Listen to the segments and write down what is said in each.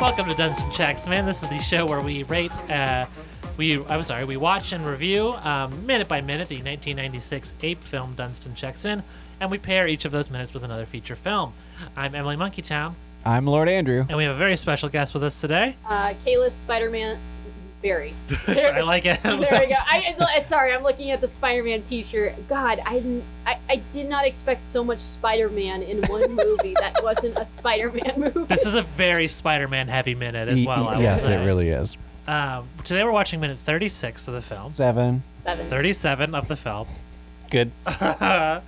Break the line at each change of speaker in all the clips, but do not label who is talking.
Welcome to Dunson Checks, man. This is the show where we rate, uh, we I'm sorry, we watch and review um, minute by minute the 1996 ape film Dunstan Checks In, and we pair each of those minutes with another feature film. I'm Emily Monkeytown,
I'm Lord Andrew.
and we have a very special guest with us today.
Uh, Kalis Spider-Man Barry.
I like it.
There we go. I, I- I- sorry, I'm looking at the Spider-Man T-shirt. God, I, didn't- I I did not expect so much Spider-Man in one movie that wasn't a Spider-Man movie.
This is a very Spider-Man heavy minute as
E-
well. I
e- yes,
will say.
it really is.
Um, today we're watching minute 36 of the film,
Seven.
Seven.
37 of the film,
Good.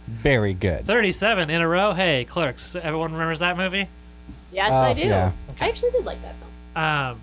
Very good.
37 in a row. Hey, Clerks. Everyone remembers that movie?
Yes,
Oh,
I do.
yeah.
I actually did like that film.
Um,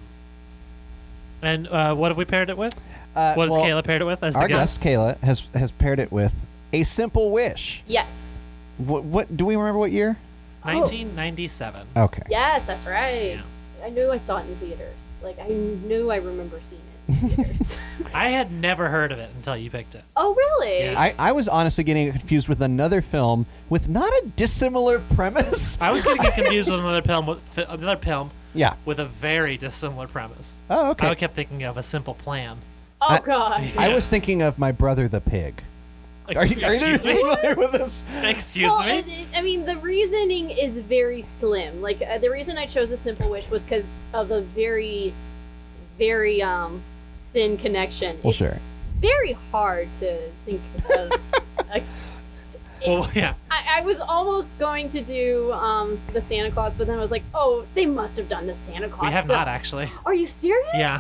and uh, what have we paired it with?
Uh,
What has
well,
Kayla paired it with as the
Our
guest?
guest, Kayla, has, has paired it with A Simple Wish.
Yes.
What, what Do we remember what year?
1997.
Okay.
Yes, that's right.
Yeah.
I knew I saw it in theaters. Like I knew I remember seeing it in theaters.
I had never heard of it until you picked it.
oh, really?
Yeah.
I, I was honestly getting it confused with another film with not a dissimilar premise.
I was getting confused with another film with fi- another film
yeah.
with a very dissimilar premise.
Oh, okay.
I kept thinking of a simple plan.
oh
I-
God.
I was thinking of My Brother the Pig. Are you, are you
Excuse me.
familiar with this?
Excuse
well,
me.
I, I mean, the reasoning is very slim. Like uh, the reason I chose a simple wish was because of the very, very um thin connection.
Well,
it's
sure.
very hard to think of. like,
Well, yeah.
I, I was almost going to do um the Santa Claus, but then I was like, oh, they must have done the Santa Claus.
We have
so-
not actually.
Are you serious?
Yeah.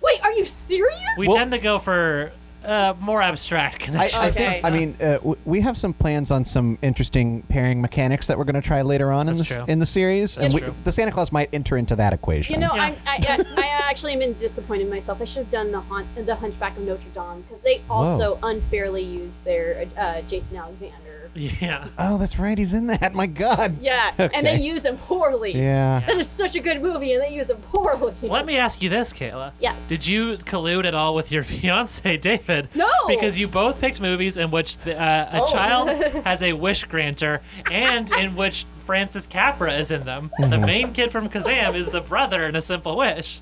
Wait, are you serious?
we
Well-
tend to go for uh, more abstract
I,
connections.
I
Okay.
think. I mean, uh, w- we have some plans on some interesting pairing mechanics that we're going to try later on in
That's
the
true.
in the series,
That's
and we,
true.
the Santa Claus might enter into that equation.
You know,
Yeah.
I'm, I, I, I actually am in disappointed in myself. I should have done the haunt, the Hunchback of Notre Dame because they also unfairly used their uh, Jason Alexander.
yeah.
oh, that's right. He's in that. My God.
Yeah, and they
Okay.
use him poorly.
Yeah.
That is such a good movie, and they use him poorly.
Let me ask you this, Kayla.
Yes.
Did you collude at all with your fiance, David?
No.
Because you both picked movies in which the, uh, a
Oh.
child has a wish granter and in which Francis Capra is in them. The main kid from Kazam is the brother in A Simple Wish.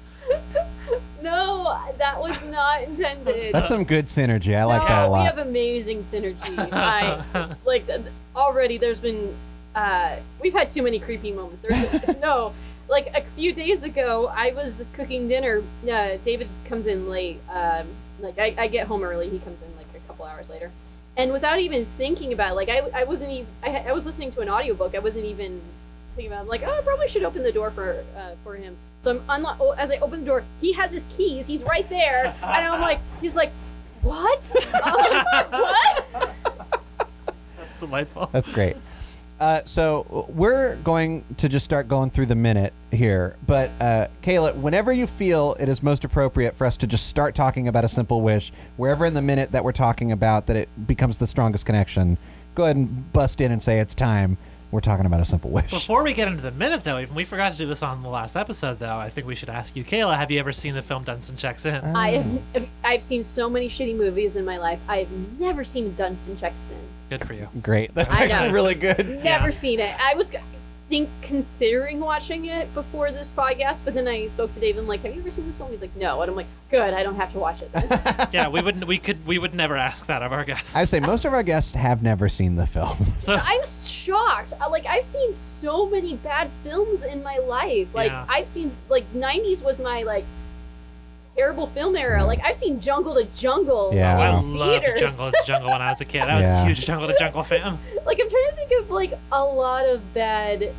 no, that was not intended.
That's some good synergy. I like
no,
that a
we
lot.
have amazing synergy. I like th- already. There's been uh, we've had too many creepy moments. There's no like a few days ago. I was cooking dinner. Uh, David comes in late. Um, like I, I get home early. He comes in like a couple hours later. And without even thinking about it, like I, I wasn't even I, I was listening to an audiobook. I wasn't even thinking about. It. I'm like, oh, I probably should open the door for uh, for him. So I'm unlo- oh, as I open the door, he has his keys. He's right there, and I'm like, he's like, what? Um, what?
That's delightful.
That's great. Uh, so we're going to just start going through the minute here, but uh, Kayla, whenever you feel it is most appropriate for us to just start talking about a simple wish, wherever in the minute that we're talking about that it becomes the strongest connection, go ahead and bust in and say it's time. We're talking about a simple wish.
Before we get into the minute, though, even we forgot to do this on the last episode, though. I think we should ask you, Kayla, have you ever seen the film Dunstan Checks In?
I have, I've seen so many shitty movies in my life. I have never seen Dunstan Checks In.
Good for you.
great. That's
I
actually
know.
really good.
Never
Yeah.
seen it. I was, think, considering watching it before this podcast, but then I spoke to Dave and I'm like, have you ever seen this film? He's like, no. And I'm like, good. I don't have to watch it. Then.
Yeah, we wouldn't. We could. We would never ask that of our guests.
I would say most of our guests have never seen the film.
so.
I'm shocked. I- Like I've seen so many bad films in my life. Like
Yeah.
I've seen like '90s was my like terrible film era. Like I've seen Jungle to Jungle
Yeah.
I
in
loved
theaters.
Jungle to Jungle when I was a kid. I was a
Yeah.
huge Jungle to Jungle fan.
Like I'm trying to think of like a lot of bad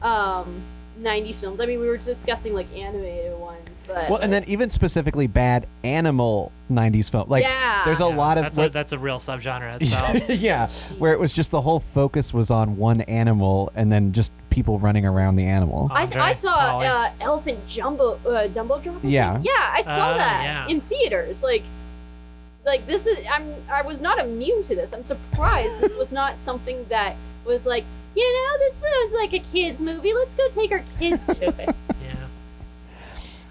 um, '90s films. I mean, we were discussing like animated ones, but
Well, and then even specifically bad animal 90s film. Like
Yeah.
there's a
Yeah,
lot of
that's a,
what-
that's a real subgenre itself.
yeah, where it was just the whole focus was on one animal and then just people running around the animal.
I, s- I
Andre,
saw
Molly.
uh, Elephant Jumbo uh, Dumbo Drop. I think.
Yeah.
yeah, I saw
Oh,
that
yeah.
in theaters. Like, like this is I'm I was not immune to this. I'm surprised this was not something that was like you know this sounds like a kids movie. Let's go take our kids to it.
yeah.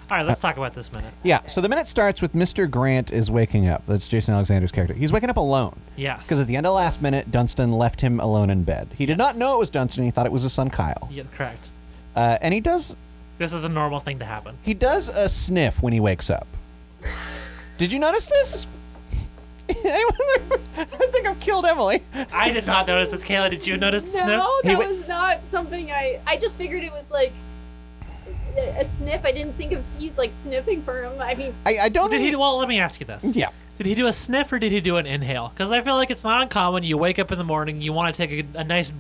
All right, let's talk about this minute.
Yeah, so the minute starts with Mr. Grant is waking up. That's Jason Alexander's character. He's waking up alone
Yes.
because at the end of last minute, Dunstan left him alone in bed. He did not know it was Dunstan. He thought it was his son Kyle.
yeah, correct.
Uh, and he does
This is a normal thing to happen.
He does a sniff when he wakes up. Did you notice this? Anyone? I think I've killed Emily.
I did not notice this. Kayla, did you notice the sniff?
No,
He
that
wa-
was not something I. I just figured it was like a a sniff. I didn't think of he's like sniffing for him. I mean,
I, I don't
Did he?
think.
Well, let me ask you this.
yeah.
Did he do a sniff or did he do an inhale? Because I feel like it's not uncommon. You wake up in the morning, you want to take a, a nice,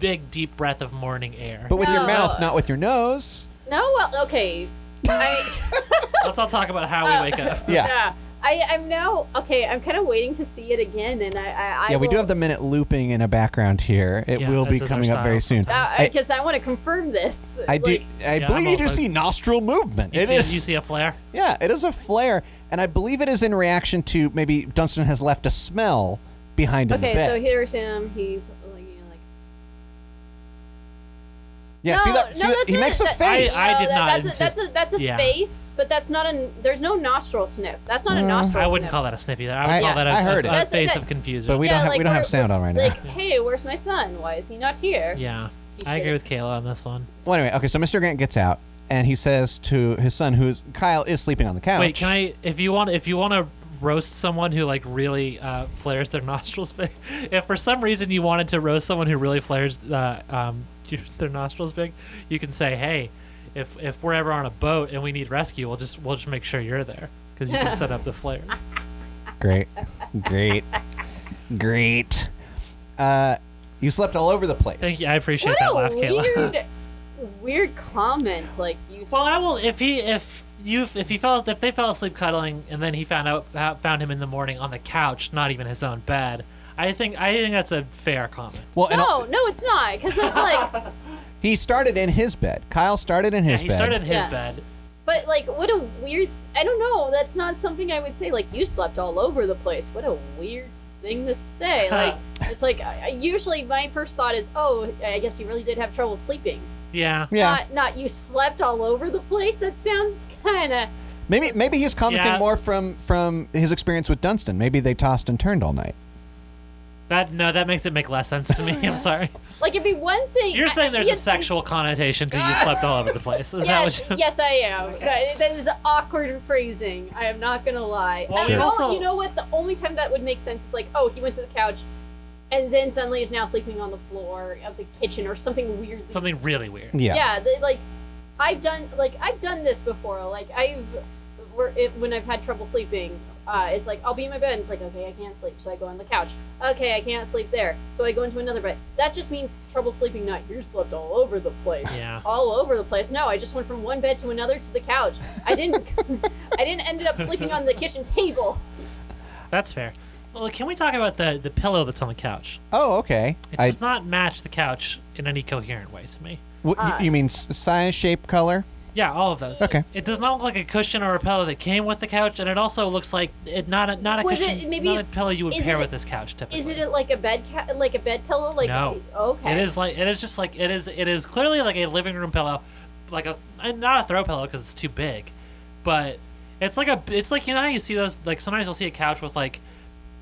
big, deep breath of morning air.
But with your
No.
mouth, not with your nose.
no, well, okay. I,
Let's all talk about how
Uh,
we wake up.
Yeah.
yeah. I, I'm now okay. I'm kind of waiting to see it again, and I. I, I
yeah, we do
will-
have the minute looping in a background here. It
Yeah,
will be
this is our
coming up very
style
soon.
Uh,
I,
because I, want to confirm this.
I do.
Like,
I
Yeah,
believe
I'm
you do
also-
see nostril movement.
You,
It
see,
is.
you see a flare?
Yeah, it is a flare, and I believe it is in reaction to maybe Dunstan has left a smell behind him.
Okay, so here's him. He's like, you know, like
yeah,
no,
see that?
no,
see that-
that's
he
it.
makes a
That-
face.
I- I did
that-
not
That's a, that's a that's a
yeah.
face, but that's not a. There's no nostril sniff. That's not a
Mm.
nostril.
I
sniff.
wouldn't call that a sniff either. I would
I-
call that a,
I heard
a,
it.
a
That's-
face
that-
of confusion.
but we don't.
Yeah,
have,
like,
we don't have
we're-
sound on right now.
Like, hey, where's my son? Why is he not here?
yeah.
You
I agree
should-
with Kayla on this one.
Well, anyway, okay. So Mr. Grant gets out, and he says to his son, who is Kyle, is sleeping on the couch.
Wait, can I? If you want, if you want to roast someone who like really uh, flares their nostrils, big, if for some reason you wanted to roast someone who really flares uh, um, your- their nostrils big, you can say, "Hey, if if we're ever on a boat and we need rescue, we'll just we'll just make sure you're there because you can set up the flares."
Great, great, great. Uh, you slept all over the place.
Thank you. I appreciate
What
that
a
laugh, Kayla.
weird, weird comment. Like you.
well, I
s-
will if he if. You, if he fell, if they fell asleep cuddling, and then he found out ha- found him in the morning on the couch, not even his own bed. I think I think that's a fair comment.
Well, and
No, no, it's not. Because it's like,
he started in his bed. Kyle started in his
he
bed.
started in his
Yeah.
bed.
but like, what a weird. I don't know. That's not something I would say. Like, you slept all over the place. What a weird thing to say. Like, it's like I, I- usually my first thought is, oh, I guess you really did have trouble sleeping.
Yeah.
yeah,
Not, not you slept all over the place. That sounds kind of.
maybe maybe he's commenting
Yeah.
more from from his experience with Dunstan. Maybe they tossed and turned all night.
That no, that makes it make less sense to me. I'm sorry.
Like it'd be one thing.
You're saying there's
Yeah,
a sexual connotation to you slept all over the place. Is that
Yes,
what you?
yes, I am. No, That is awkward phrasing. I am not gonna lie.
Well,
And
we
all-
also-
you know what? The only time that would make sense is like, oh, he went to the couch, and then suddenly is now sleeping on the floor of the kitchen or something weirdly.
Something really weird.
Yeah.
yeah they, like I've done like I've done this before. Like I've where it, when I've had trouble sleeping, uh, it's like I'll be in my bed. and It's like okay, I can't sleep, so I go on the couch. Okay, I can't sleep there, so I go into another bed. That just means trouble sleeping. Not you slept all over the place.
Yeah.
all over the place. No, I just went from one bed to another to the couch. I didn't. I didn't end up sleeping on the kitchen table.
That's fair. Well, can we talk about the the pillow that's on the couch?
Oh, okay.
It
I
does not match the couch in any coherent way to me.
w- y-
Uh,
you mean s- size, shape, color?
Yeah, all of those.
Okay.
It does not look like a cushion or a pillow that came with the couch, and it also looks like it not a not a
Was
cushion,
it- maybe
not
it's-
a pillow you would
is
pair
it-
with this couch typically.
Is it like a bed ca- like a bed pillow? Like
No.
okay.
It is like it is just like it is it is clearly like a living room pillow, like a and not a throw pillow because it's too big, but it's like a it's like you know how you see those like sometimes you'll see a couch with like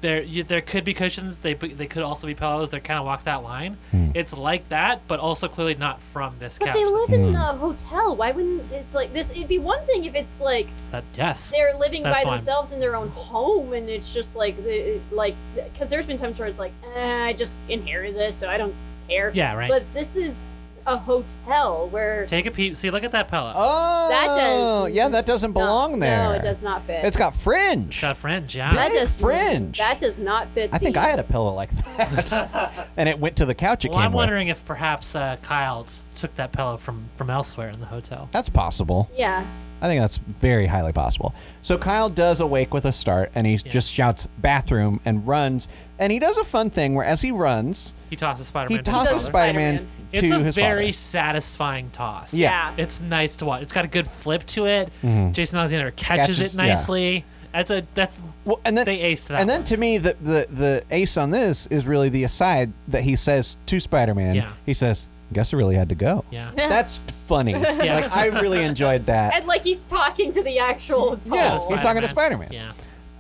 there you, there could be cushions they bu- they could also be pillows they kind of walk that line. It's like that, but also clearly not from this
But
couch.
they live in a hotel. Why wouldn't it's like this? It'd be one thing if it's like
That- yes.
they're living
That's
by
fine.
themselves in their own home, and it's just like the like because there's been times where it's like eh, I just inherited this, so I don't care.
Yeah. Right.
But this is a hotel where
Take a peek. See, look at that pillow.
Oh,
That does-
Yeah, that doesn't
No,
belong there.
No, it does not fit.
It's got fringe.
It's got fringe. Yeah.
that
big
does
fringe.
That does not fit.
I think
the-
I had a pillow like that, and it went to the couch. It
Well,
came
I'm
with.
wondering if perhaps uh, Kyle s- took that pillow from from elsewhere in the hotel.
That's possible.
Yeah.
I think that's very highly possible. So Kyle does awake with a start, and he
Yeah.
just shouts "bathroom" and runs. And he does a fun thing where, as he runs,
He tosses Spider-Man.
he
to the
tosses
pillow.
Spider-Man
Spider-Man.
to
It's a
his
very
father.
satisfying toss.
Yeah. Mm-hmm.
It's nice to watch. It's got a good flip to it. Jason Alexander catches,
Catches-
it
yeah.
nicely. That's a that's
Well, and then
they aced that.
and then to me, the, the the ace on this is really the aside that he says to Spider-Man.
Yeah.
He says, "Guess I really had to go."
yeah.
That's funny. Like I really enjoyed that.
And like he's talking to the actual hotel.
Yeah, he's talking to Spider-Man.
Yeah.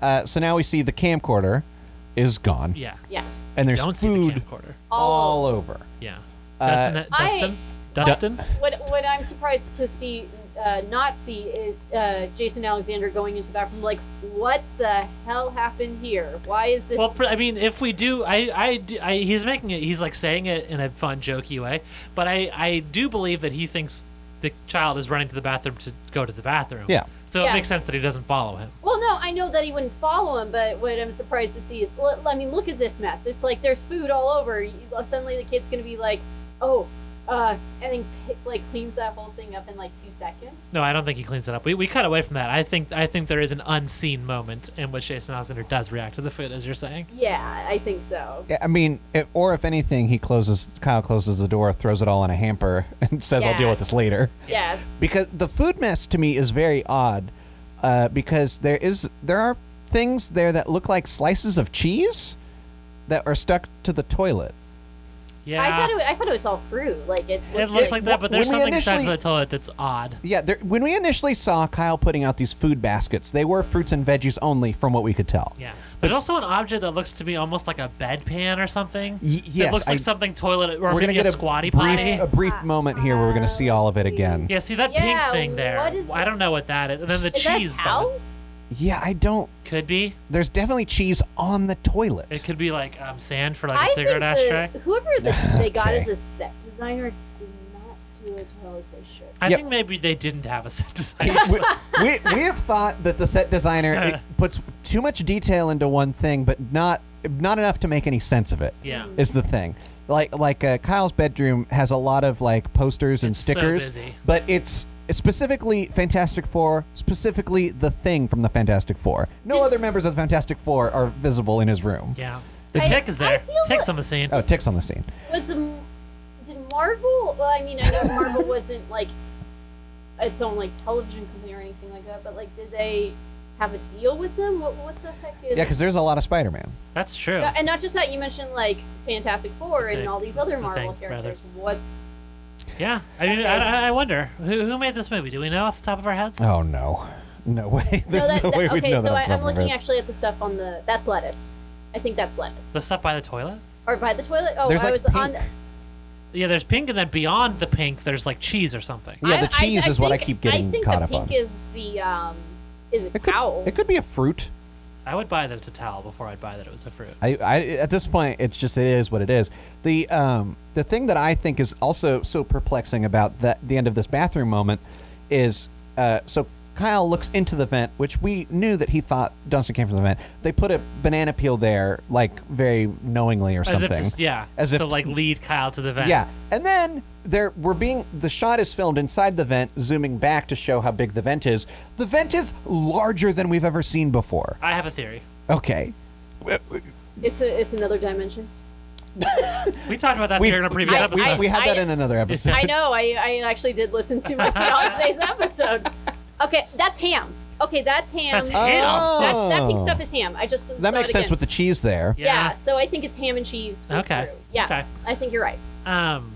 Uh, so now we see the camcorder is gone,
Yeah.
Yes.
and there's
Don't see the
food
camcorder.
all over.
Yeah.
Uh,
Dustin,
I-
Dustin, Dustin.
What what I'm surprised to see uh, Nazi is uh, Jason Alexander going into the bathroom like, what the hell happened here? Why is this?
Well, pr- I mean, if we do, I, I, d- I- he's making it. He's like saying it in a fun, jokey way. But I, I do believe that he thinks the child is running to the bathroom to go to the bathroom.
Yeah.
So it
Yeah.
makes sense that he doesn't follow him.
well, no, I know that he wouldn't follow him, but what I'm surprised to see is, l- I mean, look at this mess. It's like there's food all over. You, suddenly the kid's gonna be like, oh, uh, and then pi- like cleans that whole thing up in like two seconds.
No, I don't think he cleans it up. We, we cut away from that. I think I think there is an unseen moment in which Jason Alexander does react to the food, as you're saying.
yeah, I think so.
Yeah, I mean, if, or if anything, he closes. Kyle closes the door, throws it all in a hamper, and says, "I'll deal
Yeah.
with this later."
Yeah,
Because the food mess to me is very odd, uh, because there is there are things there that look like slices of cheese that are stuck to the toilet.
Yeah.
I thought it, wa- I thought it was all fruit. Like it.
it looks
it-
like that, but there's
when we
something inside
initially-
the toilet that's odd.
Yeah, there, when we initially saw Kyle putting out these food baskets, they were fruits and veggies only, from what we could tell.
Yeah. There's also an object that looks to be almost like a bedpan or something.
Y-
it
yes,
looks like
I-
something toilet or
we're
maybe
gonna get
a
a
squatty
brief,
potty.
a brief moment here where we're gonna see all of it again.
Yeah, see that
Yeah,
pink thing there.
what is
I don't know what that is. And then the
is
cheese
that towel?
bun.
Yeah, I don't.
could be.
There's definitely cheese on the toilet.
It could be like um, sand for like a
I think
cigarette ashtray.
the, whoever the, they got
Okay.
as a set designer did not do as well as they should.
I
Yep.
think maybe they didn't have a set design.
we, we, we have thought that the set designer it puts too much detail into one thing, but not not enough to make any sense of it.
yeah.
Is the thing. Like like uh, Kyle's bedroom has a lot of like posters and
It's so
stickers,
busy.
but it's specifically Fantastic Four, specifically the thing from the Fantastic Four. No other members of the Fantastic Four are visible in his room.
Yeah. The
It's-
tick is
I- I
there.
feel
Tick's
that-
on the scene.
Oh, ticks on the scene.
Was the, did Marvel? Well, I mean, I know Marvel wasn't like its own like television company or anything like that, but like, did they have a deal with them? What what the heck is?
Yeah, because there's a lot of Spider-Man.
That's true.
Yeah, and not just that you mentioned like Fantastic Four
That's
and
it.
all these other
The
Marvel
thing, rather.
characters. What?
Yeah. I mean, I, I- I wonder who, who made this movie. Do we know off the top of our heads?
Oh no, no way. There's no,
that, that-
way we'd
okay,
know
so
that.
I, I'm
off the top of our
looking
heads.
actually at the stuff on the. That's lettuce. I think that's lettuce.
The stuff by the toilet.
or by the toilet. Oh,
There's,
I
like,
was on.
pink.
Yeah. There's pink, and then beyond the pink, there's like cheese or something.
Yeah, the
I- I-
cheese is what I
think-
keep getting
I think
caught
the
up
pink
on.
is the um, is a
It could-
towel.
It could be a fruit.
I would buy that it's a towel before I'd buy that it was a fruit.
I, I at this point, it's just it is what it is. The um the thing that I think is also so perplexing about the the end of this bathroom moment is uh so Kyle looks into the vent, which we knew that he thought Dunstan came from the vent. They put a banana peel there, like very knowingly or
As
something.
if to, s- yeah.
As if
to
to-
like lead Kyle to the vent.
Yeah, and then there we're being the shot is filmed inside the vent, zooming back to show how big the vent is. The vent is larger than we've ever seen before.
I have a theory.
Okay,
It's a it's another dimension.
We talked about that
we
theory in a previous
I-
we,
episode.
we had that
I-
in another episode.
I know. I, I actually did listen to my fiance's episode. Okay, that's ham. Okay, that's ham.
That's
That's-
ham.
that pink stuff is ham. I just saw
Oh. That makes
it
sense
again.
with the cheese there.
Yeah.
yeah. So I think it's ham and cheese. with
Okay.
fruit. Yeah.
Okay.
I think you're right.
Um,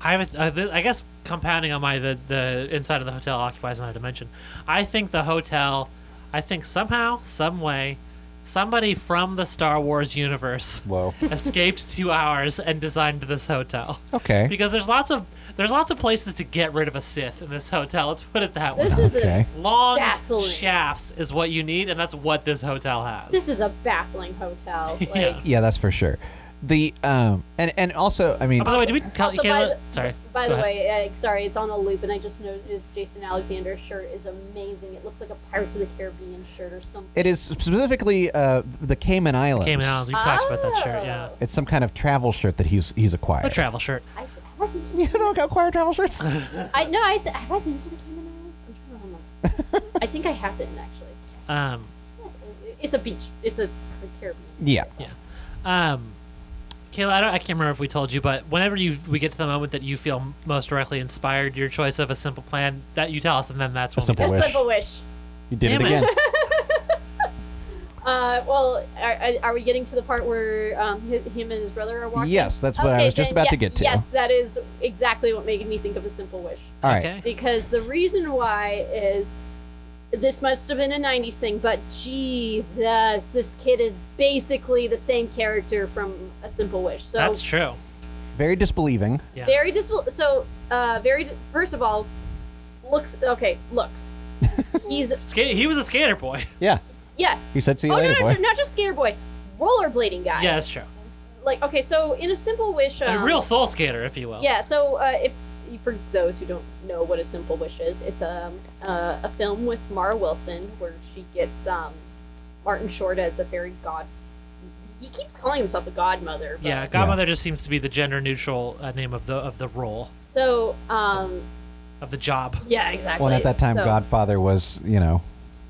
I have. A, I th- I guess compounding on my the the inside of the hotel occupies another dimension. I think the hotel. I think somehow, some way, somebody from the Star Wars universe
Whoa.
escaped two hours and designed this hotel
Okay.
because there's lots of there's lots of places to get rid of a Sith in this hotel. Let's put it that way.
This is
Okay.
a
Long
baffling.
shafts is what you need, and that's what this hotel has.
this is a baffling hotel. Like,
Yeah.
Yeah, that's for sure. The um and and also I mean
Oh, by the way, did we tell
Also, by
Kayla?
the-
Sorry.
By
go
the
ahead.
way, uh, sorry, it's on a loop, and I just noticed Jason Alexander's shirt is amazing. It looks like a Pirates of the Caribbean shirt or something.
it is specifically uh the Cayman Islands.
Cayman Islands. We've talked about that shirt. Yeah.
Oh.
It's some kind of travel shirt that he's he's acquired.
A travel shirt.
I, have I, been to
You don't acquire travel shirts?
I no, I th- have I been to the Cayman Islands? I'm trying to remember. I think I have been actually.
Um,
It's a beach. It's a Caribbean.
Yeah.
Yeah. Um, Kayla, I, don't, I can't remember if we told you, but whenever you we get to the moment that you feel m- most directly inspired, your choice of a simple plan that you tell us, and then that's when
simple
we
Just
decide.
wish.
like a wish.
You did
Damn
it
it.
again.
Uh, well, are, are we getting to the part where um, hi- him and his brother are walking?
Yes, that's what I
Okay,
was just
then,
about to
yeah,
get to.
Yes, that is exactly what made me think of a simple wish.
All right.
Okay.
because the reason why is this must have been a 90s thing but jesus this kid is basically the same character from a simple wish so
That's true.
Very disbelieving.
Yeah.
very dis- so uh very first of all looks. Okay, looks. He's
Ska- he was a skater boy.
Yeah.
yeah.
He said, "See you
oh
later,
no, no,
boy."
no, not just skater boy, rollerblading guy.
Yeah, that's true.
Like okay, so in a simple wish, um,
a real soul skater, if you will.
Yeah, so uh, if for those who don't know what a simple wish is, it's um, uh, a film with Mara Wilson where she gets um, Martin Short as a fairy god. He keeps calling himself a godmother. But,
Yeah, Godmother just seems to be the gender neutral uh, name of the of the role
So um,
of the job.
yeah, exactly.
Well, and at that time,
So-
Godfather was, you know,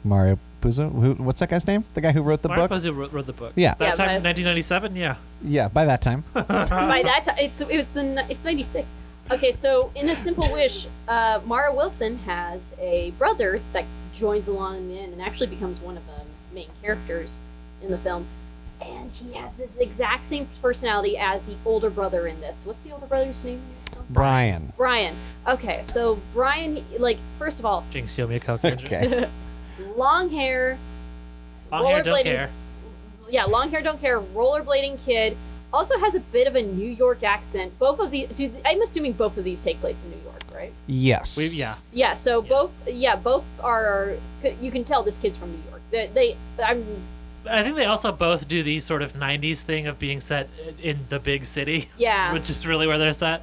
Mario Puzo. Who, what's that guy's name? The guy who wrote the
Mark
book?
Pozo wrote, wrote the book.
Yeah.
That
Yeah,
time,
but-
1997. Yeah.
Yeah, by that time.
By that time, it's it's the ni- it's ninety six. Okay, so in a simple wish, uh, Mara Wilson has a brother that joins along in and actually becomes one of the main characters in the film, and he has this exact same personality as the older brother in this. What's the older brother's name in this film?
Brian.
Brian. Okay, so Brian, like first of all,
Jinx, steal me a coke.
Okay.
long hair,
Long hair,
Rollerblading.
don't care.
yeah, long hair, don't care, rollerblading kid. Also has a bit of a New York accent. Both of the, do, I'm assuming both of these take place in New York, right?
Yes.
We, yeah.
Yeah. So both, yeah, both are. You can tell this kid's from New York. They, they I'm,
I think they also both do the sort of 90s thing of being set in the big city,
yeah.
which is really where they're set.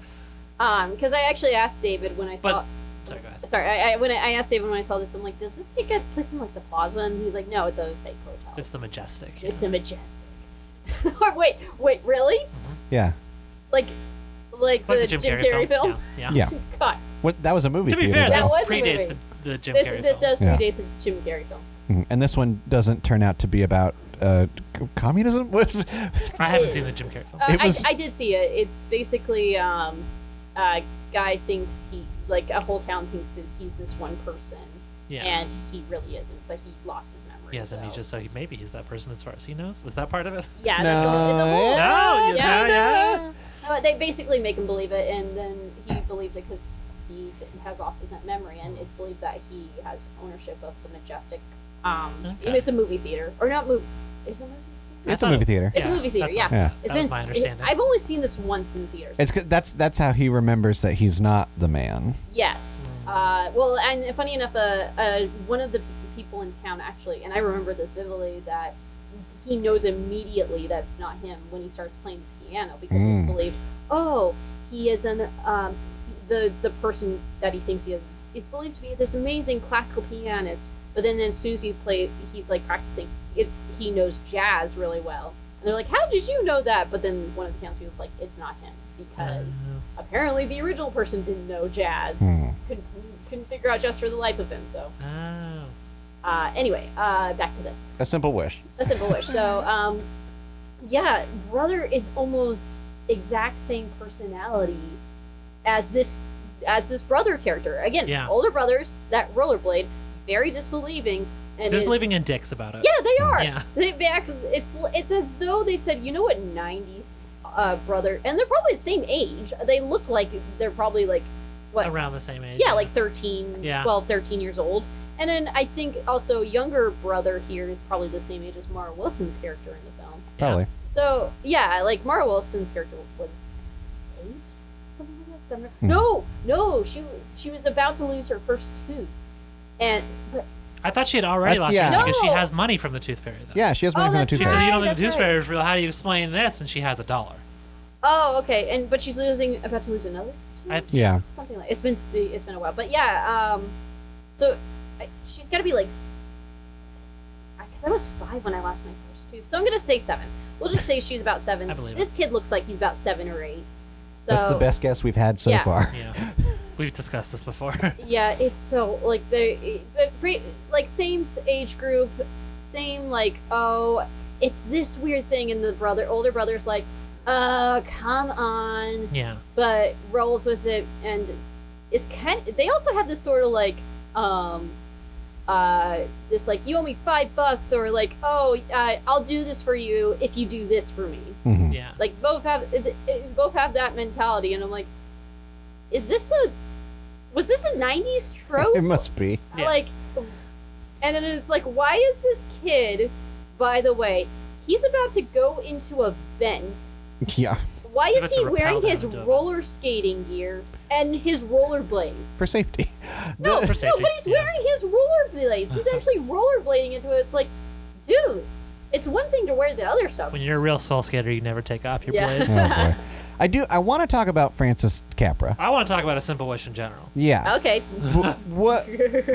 Um, because I actually asked David when I saw.
Sorry, go ahead.
sorry, I, I when I, I asked David when I saw this, I'm like, does this take a place in like the plaza? And he's like, no, it's a fake hotel.
It's the Majestic.
It's a majestic. or wait, wait, really?
Yeah.
Like, like,
Like
the, Jim, Carrey film?
Yeah. yeah.
Yeah.
God.
What, that was a movie
To be
theater.
fair,
That
this
though.
was a
predates
movie.
the, the Jim
This
Carrey
this
film.
does
Yeah.
predate the Jim Carrey film.
Mhm. And this one doesn't turn out to be about uh, c- communism. What-
I haven't seen the Jim Carrey film.
Uh,
It was-
I, I did see it. It's basically um, a guy thinks he like a whole town thinks that he's this one person,
yeah.
and he really isn't. But he lost his memory.
yes,
so.
and he just, so he, maybe he's that person as far as he knows. Is that part of it?
yeah. That's
No,
the whole.
yeah.
no, you-
yeah,
yeah, yeah.
No, they basically make him believe it, and then he believes it because he d- has lost his memory, and it's believed that he has ownership of the majestic. Um,
Okay.
it's a movie theater, or not movie. Is it a movie?
I
it's
thought
a
it-
movie theater.
It's a
Yeah,
movie theater.
that's
Yeah.
Yeah.
It's
That
been.
was my
s- it-
understanding.
I've only seen this once in theaters.
It's 'cause that's that's how he remembers that he's not the man.
Yes. Uh, well, and funny enough, uh, uh, one of the pe- people in town actually, and I remember this vividly, that he knows immediately that's not him when he starts playing the piano because it's
Mm.
believed, oh, he is an um, the the person that he thinks he is. It's believed to be this amazing classical pianist, but then as soon as he play, he's like practicing. It's he knows jazz really well, and they're like, "How did you know that?" But then one of the townspeople's like, "It's not him because apparently the original person didn't know jazz
Hmm.
couldn't, couldn't figure out jazz for the life of him so
Oh.
uh, anyway uh, back to this
A simple wish.
a simple wish so um, yeah brother is almost exact same personality as this as this brother character again
Yeah.
older brothers that rollerblade very disbelieving and is-
Disbelieving in dicks about it.
yeah they are
Yeah.
they they act it's it's as though they said you know what 90s uh, brother and they're probably the same age they look like they're probably like what
Around the same age.
yeah like 13
Yeah.
12 13 years old and then i think also younger brother here is probably the same age as mara wilson's character in the film
Probably.
so yeah like mara wilson's character was eight something like that seven
Hmm.
no no she she was about to lose her first tooth and but
I thought she had already
I-
lost
Uh, yeah.
it because she
No.
has money from the Tooth Fairy, though.
Yeah, she has
Oh,
money from the
that's
tooth
She
right.
said,
fairy.
You don't
That's
even do this
right.
for real. How do you explain this? And she has a dollar.
oh okay and but she's losing about to lose another tooth
I-
Yeah.
something like it's been it's been a while but yeah um so I, she's got to be like because i was five when i lost my first tooth so i'm gonna say seven we'll just say she's about seven
I believe
this kid looks like he's about seven or eight so
That's the best guess we've had so
Yeah.
far.
Yeah. We've discussed this before.
yeah it's so like they but pre- like same s- age group same like oh it's this weird thing and the brother older brother's like uh come on
yeah.
but rolls with it and is kind they also have this sort of like um uh this like you owe me five bucks or like oh uh, i'll do this for you if you do this for me
Mhm.
Yeah.
like both have th- both have that mentality and i'm like is this a was this a 90s
It
trope
must be.
Yeah.
like and then it's like why is this kid by the way he's about to go into a vent
Yeah.
why
You
is
have
he
to rappel
wearing
down
his
and do it.
roller skating gear and his rollerblades.
for safety.
no,
The-
For safety,
no, but he's
yeah.
wearing his rollerblades. He's actually rollerblading into it. It's like, dude, it's one thing to wear the other stuff.
When you're a real soul skater, you never take off your
Yeah.
blades.
Oh, boy. I do. I want to talk about Francis Capra.
I want to talk about a simple wish in general.
Yeah.
Okay.
W- what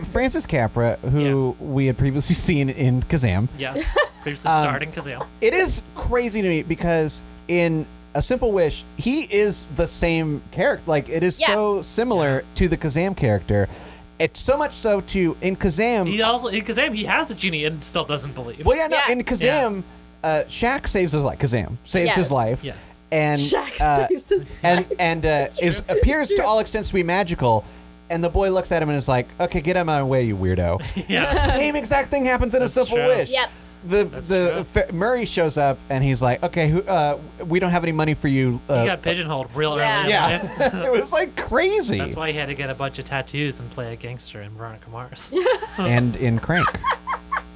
Francis Capra, who we had previously seen in Kazam,
Yes, previously
Um,
starred in Kazam.
it is crazy to me because in A Simple Wish, he is the same character. Like it is
Yeah.
so similar to the Kazam character. It's so much so to in Kazam.
He also in Kazam he has the genie and still doesn't believe.
well, yeah, no,
Yeah.
in Kazam, uh, Shaq saves his life. Kazam saves
Yes.
his life.
Yes.
And
Shaq
uh,
saves his
and and uh, is appears
It's
to
true.
all extents to be magical. And the boy looks at him and is like, "Okay, get out of my way, you weirdo."
Yes.
Same exact thing happens in
That's
a simple
true.
wish.
Yep.
The the
true.
fa- Murray shows up and he's like, "Okay, who, uh, we don't have any money for you." Uh,
he got pigeonholed real
Yeah.
early. in life.
yeah, it was like crazy.
That's why he had to get a bunch of tattoos and play a gangster in Veronica Mars.
and in Crank,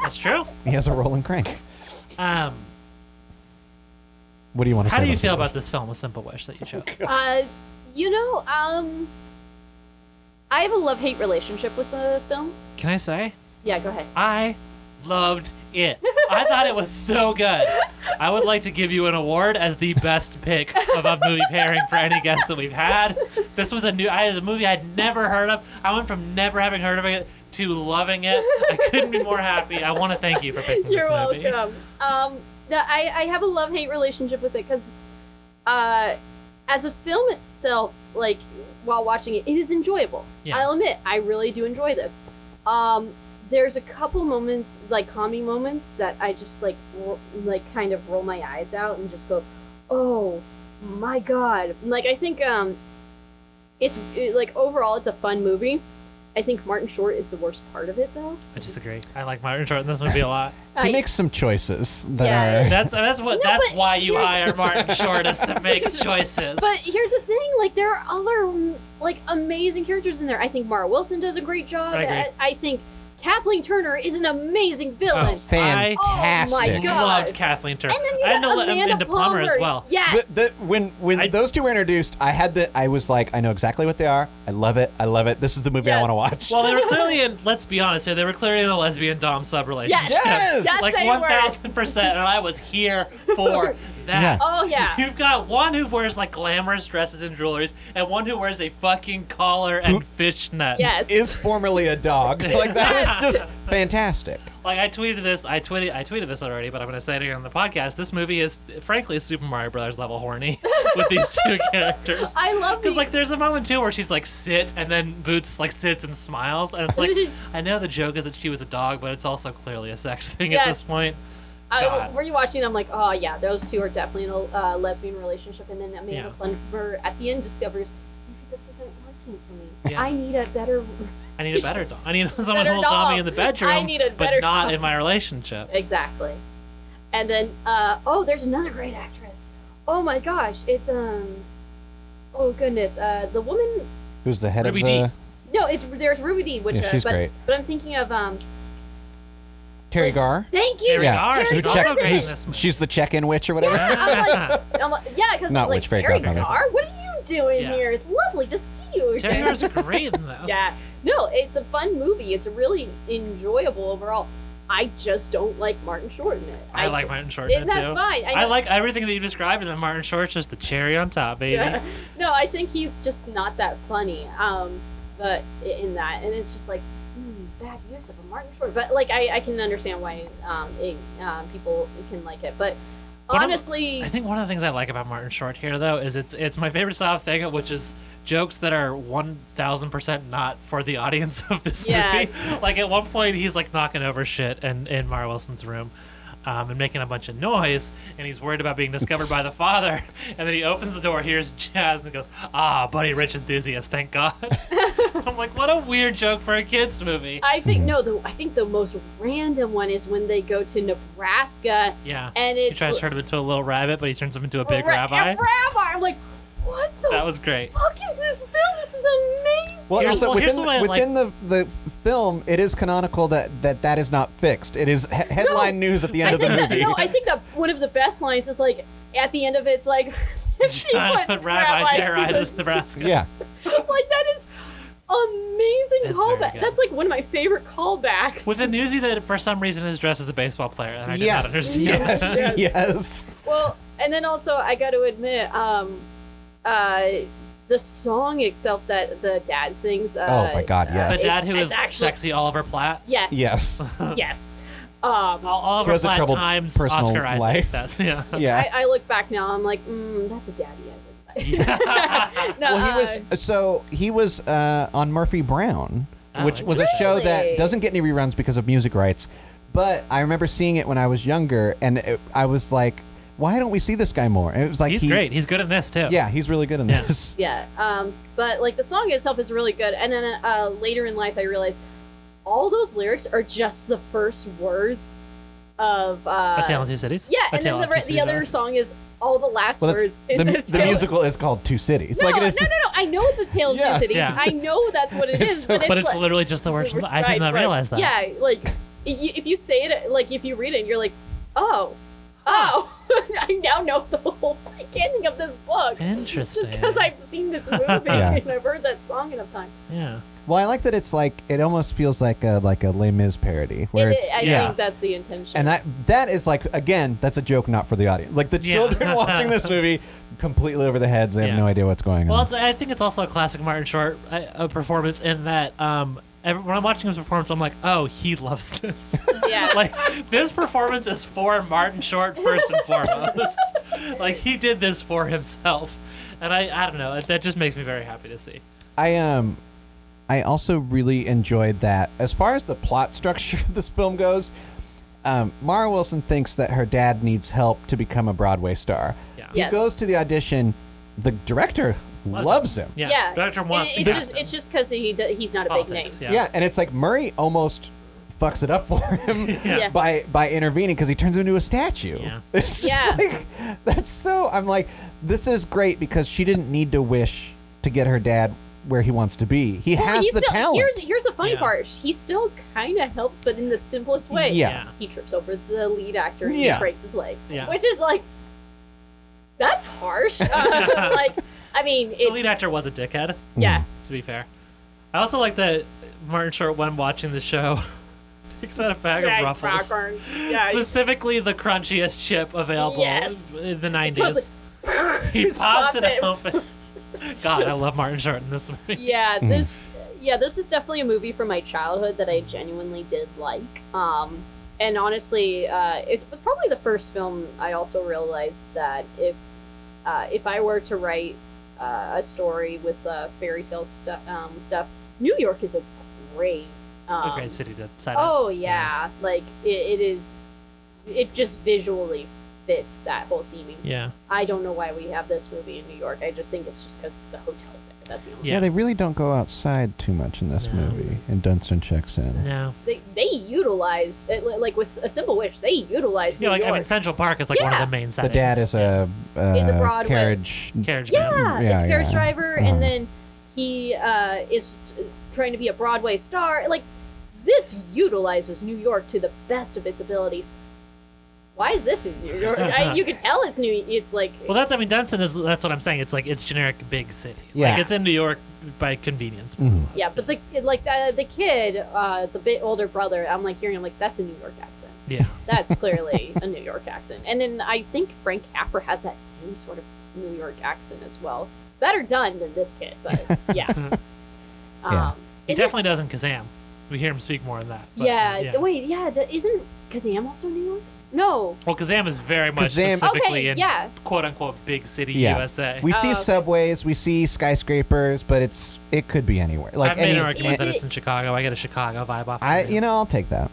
That's true.
he has a role in Crank.
Um,
What do you want to say?
how do you
about
feel
Simple
about this film, A Simple Wish, that you chose?
Uh, you know, um, I have a love hate relationship with the film.
Can I say?
Yeah, go ahead.
I loved it. I thought it was so good. I would like to give you an award as the best pick of a movie pairing for any guest that we've had. This was a new I, a movie I'd never heard of. I went from never having heard of it to loving it. I couldn't be more happy. I want to thank you for picking
You're
this movie.
welcome. Um, no, I, I have a love hate relationship with it because, uh, as a film itself, like while watching it, it is enjoyable.
Yeah.
I'll admit, I really do enjoy this. Um, there's a couple moments, like comedy moments, that I just like, ro- like kind of roll my eyes out and just go, "Oh my god!" Like I think, um, it's it, like overall, it's a fun movie. I think Martin Short is the worst part of it, though.
I disagree. I like Martin Short in this movie a lot.
He
I-
makes some choices that
Yeah.
are.
That's that's what
No,
that's
but
why you
here's-
hire Martin Short is to make choices.
But here's the thing: like there are other like amazing characters in there. I think Mara Wilson does a great job.
I agree. Oh,
I, I think Kathleen Turner is an amazing villain.
fantastic.
Oh my God.
loved Kathleen Turner.
And then you
I
got
know that-
Amanda
and Plummer as
Plummer.
well.
But
Yes.
the, when when
I-
those two were introduced, I had the I was like, I know exactly what they are. I love it. I love it. This is the movie I
Yes.
want to watch.
Well, they were clearly in. Let's be honest here. They were clearly in a lesbian dom sub relationship.
Yes!
Yes,
like
they
one
were.
thousand percent, and I was here for that.
oh yeah.
You've got one who wears like glamorous dresses and jewelries, and one who wears a fucking collar and fishnets.
Yes.
is formerly a dog. Like that was just fantastic.
Like I tweeted this. I tweeted. I tweeted this already, but I'm gonna say it again on the podcast. This movie is, frankly, Super Mario Brothers level horny with these two characters.
I love the
Because like, there's a moment too where she's like sit, and then Boots like sits and smiles, and it's like, I know the joke is that she was a dog, but it's also clearly a sex thing at this
Yes.
point.
I,
God.
were you watching? I'm like, oh yeah, those two are definitely in a uh, lesbian relationship. And then Amanda Plummer at the end discovers "Maybe this isn't working for me.
Yeah.
I need a better.
I need a better dog. I need someone
Better
who'll dom me
dog.
in the bedroom,
I need a
but
better
not
dog.
in my relationship.
Exactly. And then, uh, oh, there's another great actress. Oh my gosh, it's um, oh goodness, uh, the woman.
Who's the head
Ruby
of the
Dee.
No, it's there's Ruby Dee, which
Yeah,
uh,
she's
but,
great.
but I'm thinking of um.
Terry Gar?
Thank you.
Terry
Yeah.
Gar,
Terry
she's
Gar's
also
in
great in
it.
this movie.
She's the check-in witch or whatever.
I'm like, I'm like, yeah, because I was
Not
like,
which fake
Terry
grandmother.
Gar, what are you doing
Yeah.
here? It's lovely to see you. again."
Terry Gar's great in this.
Yeah. No, it's a fun movie. It's really enjoyable overall. I just don't like Martin Short in it.
I like Martin Short in
And
it
that's
too.
fine. I,
I,
know-
like everything that you described, and then Martin Short's just the cherry on top, baby.
Yeah. No, I think he's just not that funny. Um, but i- in that, and it's just like hmm, bad use of a Martin Short. But like, I, I can understand why um, it, um, people can like it. But
One of-
honestly,
I think one of the things I like about Martin Short here, though, is it's it's my favorite style of thing, which is jokes that are one thousand percent not for the audience of this
Yes.
movie. Like at one point, he's like knocking over shit in in Mara Wilson's room. Um, and making a bunch of noise, and he's worried about being discovered by the father. And then he opens the door, hears jazz, and goes, "Ah, buddy, rich enthusiast, thank God." I'm like, what a weird joke for a kids movie.
I think no. The I think the most random one is when they go to Nebraska
Yeah,
and
he
it's
tries to turn him into a little rabbit, but he turns him into a
a
big
ra-
rabbi.
A rabbi. I'm like, what the
That was great.
fuck is this film? This is amazing.
Well,
Yeah,
also
well, here's
within,
what I
within the, the film, it is canonical that that, that is not fixed. It is he- headline news at the end
I
of the
think that,
movie.
no, I think that one of the best lines is like at the end of it, it's like fifteen
John
foot
Foot Uh, Rabbi
rabbi
terrorizes
because-
Nebraska.
yeah,
like that is amazing
It's very
callback.
good.
That's like one of my favorite callbacks.
With a newsie that for some reason is dressed as a baseball player, and I did not
yes,
understand.
yes,
Yes.
yes.
well, and then also I got to admit, um, uh, the song itself that the dad sings. Uh,
Oh my God, yes.
it's-
The dad who
it's
is
actually-
sexy Oliver Platt.
Yes.
Yes.
yes. Um,
Well, Oliver
has a
Platt
troubled
times
personal
Oscar Isaac.
life.
That's yeah.
Yeah.
I, uh, I look back now, I'm like, mm, that's a daddy. I would like. no,
well,
uh,
he was so he was uh, on Murphy Brown,
Oh,
which was a show that
Really?
doesn't get any reruns because of music rights. But I remember seeing it when I was younger, and it, I was like, "Why don't we see this guy more?" And it was like
He's
he-
great. He's good in this too.
Yeah, he's really good in
Yeah.
this.
yeah. Um, but like the song itself is really good. And then uh, later in life, I realized all those lyrics are just the first words of. Uh,
A Tale in Two Cities.
Yeah,
A
and
Tale
then the,
in
re-
Two
the
Cities.
other song is all the last
Well, that's,
words
the,
in
mu-
the,
the
tale.
musical is called Two Cities.
No,
like it is.
no, no, no. I know it's a tale of
Yeah.
two cities.
Yeah.
I know that's what it
It's
is,
so-
but it's,
But it's
like,
literally just the words.
Right,
I did not
right.
realize that.
Yeah, like i- y- if you say it, like if you read it, you're like, oh, oh, I now know the whole beginning of this book.
Interesting.
Just because I've seen this movie
Yeah.
and I've heard that song enough times.
Yeah.
Well, I like that it's like it almost feels like a like a Les Mis parody where
It-
it's
I
yeah.
think that's the intention.
and that that is like again that's a joke not for the audience. Like the
Yeah.
children watching this movie completely over the heads. They have
Yeah.
no idea what's going
Well,
on.
it's, I think it's also a classic Martin Short uh, uh, performance in that um, every, when I'm watching his performance, I'm like, oh, he loves this.
yes.
like this performance is for Martin Short first and foremost. like he did this for himself, and I I don't know that just makes me very happy to see.
I um I also really enjoyed that. As far as the plot structure of this film goes, um, Mara Wilson thinks that her dad needs help to become a Broadway star.
Yeah.
Yeah. Yes.
He goes to the audition. The director
Loves
loves, him.
Yeah.
yeah.
Director wants
It-
to
it's
cast
just
him.
it's just because he d- he's not a
Politics,
big name.
Yeah. and it's like Murray almost fucks it up for him
Yeah.
Yeah.
by by intervening because he turns him into a statue.
Yeah.
It's just
Yeah.
like that's so. I'm like, this is great because she didn't need to wish to get her dad where he wants to be. He
Well,
has
he's
the
still,
talent.
Here's here's the funny
Yeah.
part. He still kind of helps, but in the simplest way.
Yeah.
Yeah.
He trips over the lead actor and
Yeah.
he breaks his leg,
Yeah.
which is like that's harsh. Uh, like, I mean, it's,
The lead actor was a dickhead.
Mm.
Yeah,
To be fair, I also like that Martin Short when watching the show takes out a bag
Rag
of ruffles.
Brockburn. Yeah, he's-
Specifically, the crunchiest chip available
Yes.
in the
He goes
90s. he
just
pops
pops
it
it.
open. God, I love Martin Short in this movie.
yeah, this yeah, this is definitely a movie from my childhood that I genuinely did like. Um, and honestly, uh, it was probably the first film I also realized that if uh, if I were to write uh, a story with uh, fairy tale stu- um, stuff, New York is a great um,
a great city to sign up.
Oh yeah, like it, it is. It just visually fits that whole theming.
Yeah.
I don't know why we have this movie in New York. I just think it's just because the hotel's there. That's the only
Yeah.
Yeah.
they really don't go outside too much in this
No.
movie. And Dunstan checks in.
No.
they, they utilize it, li- like with a simple wish they utilize New
Yeah, like I
York.
mean, Central Park is like one of
Yeah.
the main
The
settings.
dad is a, uh,
He's a Broadway-
carriage.
carriage man.
yeah,
Yeah,
it's a carriage
yeah.
driver,
Uh-huh.
and then he uh, is t- trying to be a Broadway star. Like this utilizes New York to the best of its abilities. Why is this in New York? I, you can tell it's new. It's like
Well, that's I mean, Denson is that's what I'm saying. It's like it's generic big city.
Yeah.
Like it's in New York by convenience.
Mhm.
yeah, but the like uh, the kid, uh, the bit older brother. I'm like hearing, I'm like that's a New York accent.
yeah,
That's clearly a New York accent. And then I think Frank Capra has that same sort of New York accent as well. Better done than this kid, but yeah.
Yeah.
Um,
he
isn't-
definitely doesn't Kazam. We hear him speak more than that. but,
yeah,
yeah.
Wait. Yeah. d- Isn't Kazam also New York? No.
Well, Kazam is very much
Kazam-
specifically
Okay,
in
yeah.
quote unquote big city
Yeah.
USA.
We see
Oh, okay.
subways, we see skyscrapers, but it's it could be anywhere. Like
I've made
any-
an argument
Is
that
it-
it's in Chicago. I get a Chicago vibe off. of
I
it.
you know I'll take that.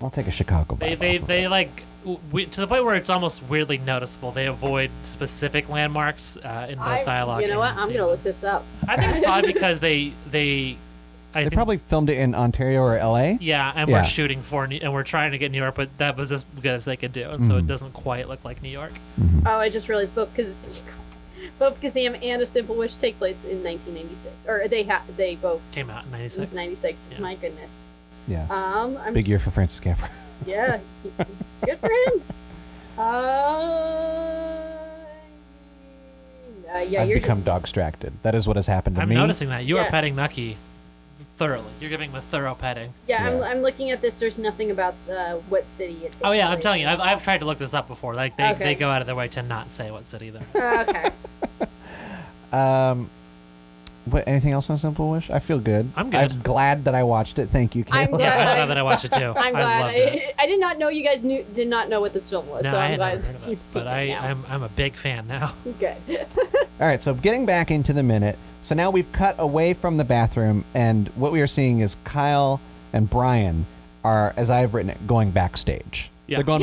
I'll take a Chicago.
they
vibe
they
off of
they
it.
like w- we, to the point where it's almost weirdly noticeable. They avoid specific landmarks uh, in both
I-
dialogue.
You know what?
and
I'm
scene.
gonna look this up.
I think it's probably because they they. I
They
think,
probably filmed it in Ontario or L.A.
Yeah, and
Yeah.
we're shooting for New- and we're trying to get New York, but that was as good as they could do, and so
Mm.
it doesn't quite look like New York.
Oh, I just realized both Kaz- both Kazam and A Simple Wish take place in 1996, or they ha- they both
Came out in '96.
96.
Yeah.
My goodness.
Yeah,
Um, I'm
big
s-
year for Francis Capra.
Yeah, he- good for him. Uh, uh, yeah,
I've
you're
become dog distracted. That is what has happened to
I'm
me.
noticing that you are
Yeah.
petting Nucky thoroughly. You're giving him a thorough petting.
yeah. I'm,
Yeah.
I'm looking at this. There's nothing about uh, what city it takes
Oh yeah, I'm
place
telling you,
in.
I've, I've tried to look this up before. Like they,
Okay.
they go out of their way to not say what city they're. in.
Uh, okay.
Um, but anything else on Simple Wish? I feel good.
I'm good.
I'm glad that I watched it. Thank you,
I'm
Caleb.
yeah,
glad
I'm
I-
glad that I watched it too.
I'm glad.
I
I,
loved it.
I did not know you guys knew did not know what this film was,
No,
Uh, so
I
I'm
had never heard
glad
of
you've
it,
seen
but I,
it now.
I'm I'm a big fan now.
Good.
All right, so getting back into the minute. So now we've cut away from the bathroom, and what we are seeing is Kyle and Brian are, as I've written it, going backstage.
Yeah.
They're going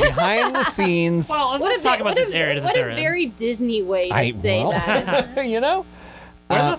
behind the scenes.
Well, I'm
What
just
a,
talking
ve-
about
what
this
a,
area that
what
they're
a
in.
very Disney way to say
well,
that.
you know?
Where
uh,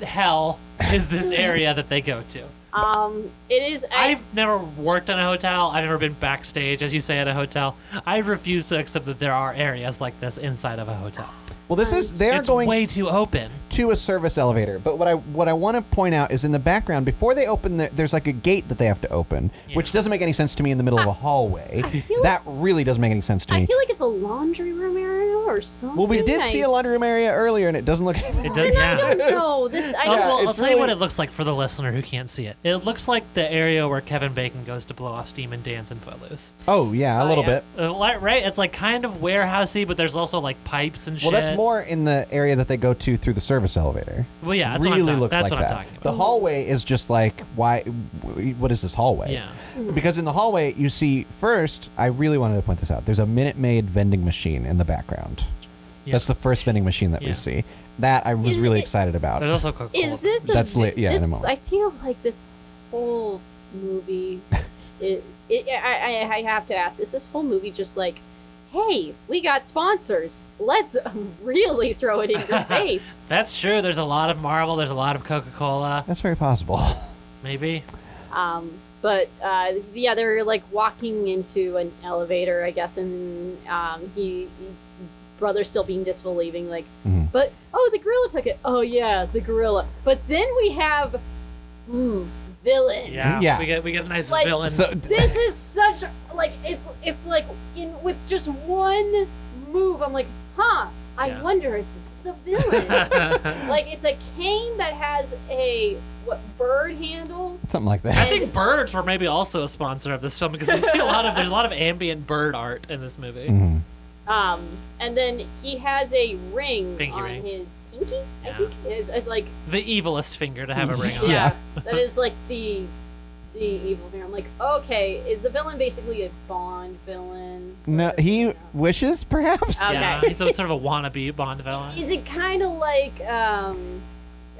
the f- hell is this area that they go to?
Um, it is. I,
I've never worked in a hotel. I've never been backstage, as you say, at a hotel. I refuse to accept that there are areas like this inside of a hotel.
Well, this is they're
it's
going
way too open.
to a service elevator. But what I what I want to point out is in the background before they open, the, there's like a gate that they have to open,
Yeah.
which doesn't make any sense to me in the middle of a hallway.
Ah. feel
That really doesn't make any sense to
I
me.
feel like it's a laundry room area or something.
Well, we did see a
I-
laundry room area earlier, and it doesn't look.
It does
Then I
now.
don't know. This. I
I'll,
Yeah,
Oh, well, I'll
it's
tell you what it
really-
looks like for the listener who can't see it. It looks like the area where Kevin Bacon goes to blow off steam and dance in Footloose.
oh yeah, a
Oh,
little
yeah.
bit.
Uh, li- right? It's like kind of warehousey, but there's also like pipes and
Well,
shit.
that's more in the area that they go to through the service elevator.
Well, yeah, that's what
really
I'm, talk-
looks
that's
like
what
that.
I'm talking
The
about.
hallway is just like why? w- What is this hallway?
yeah.
Because in the hallway, you see first. I really wanted to point this out. There's a Minute Maid vending machine in the background.
yeah.
That's the first vending machine that
Yeah.
we see. That I was
Is
really
it-
excited about.
There's also Coca-Cola.
Is this a
That's lit- yeah, in
this-
a moment.
I feel like this whole movie. it, it, I, I, I have to ask: Is this whole movie just like, hey, we got sponsors? Let's really throw it in your face.
That's true. There's a lot of Marvel. There's a lot of Coca-Cola.
That's very possible.
Maybe.
Um, but uh, yeah, they're like walking into an elevator, I guess, and um, he, brother's still being disbelieving, like,
Mhm.
but oh, the gorilla took it. Oh yeah, the gorilla. But then we have, hmm, villain.
Yeah.
Mm, Yeah.
We get we get a nice
Like-
villain.
So, d-
This is such like it's it's like in with just one move, I'm like, huh. I
Yeah.
wonder if this is the villain.
I
like it's a cane that has a what bird handle.
something like that.
I-
think birds were maybe also a sponsor of this film because we see a lot of there's a lot of ambient bird art in this movie.
Mhm.
Um, and then he has a ring
Pinky
on
ring.
his pinky.
Yeah.
I think is is like
The evilest finger to have a ring on.
yeah, that is like the the evil thing. I'm like, okay, is the villain basically a Bond villain? sort
No,
of,
he
you know?
wishes perhaps.
Okay.
Yeah, it's a, sort of a wannabe Bond villain.
Is it kind of like um?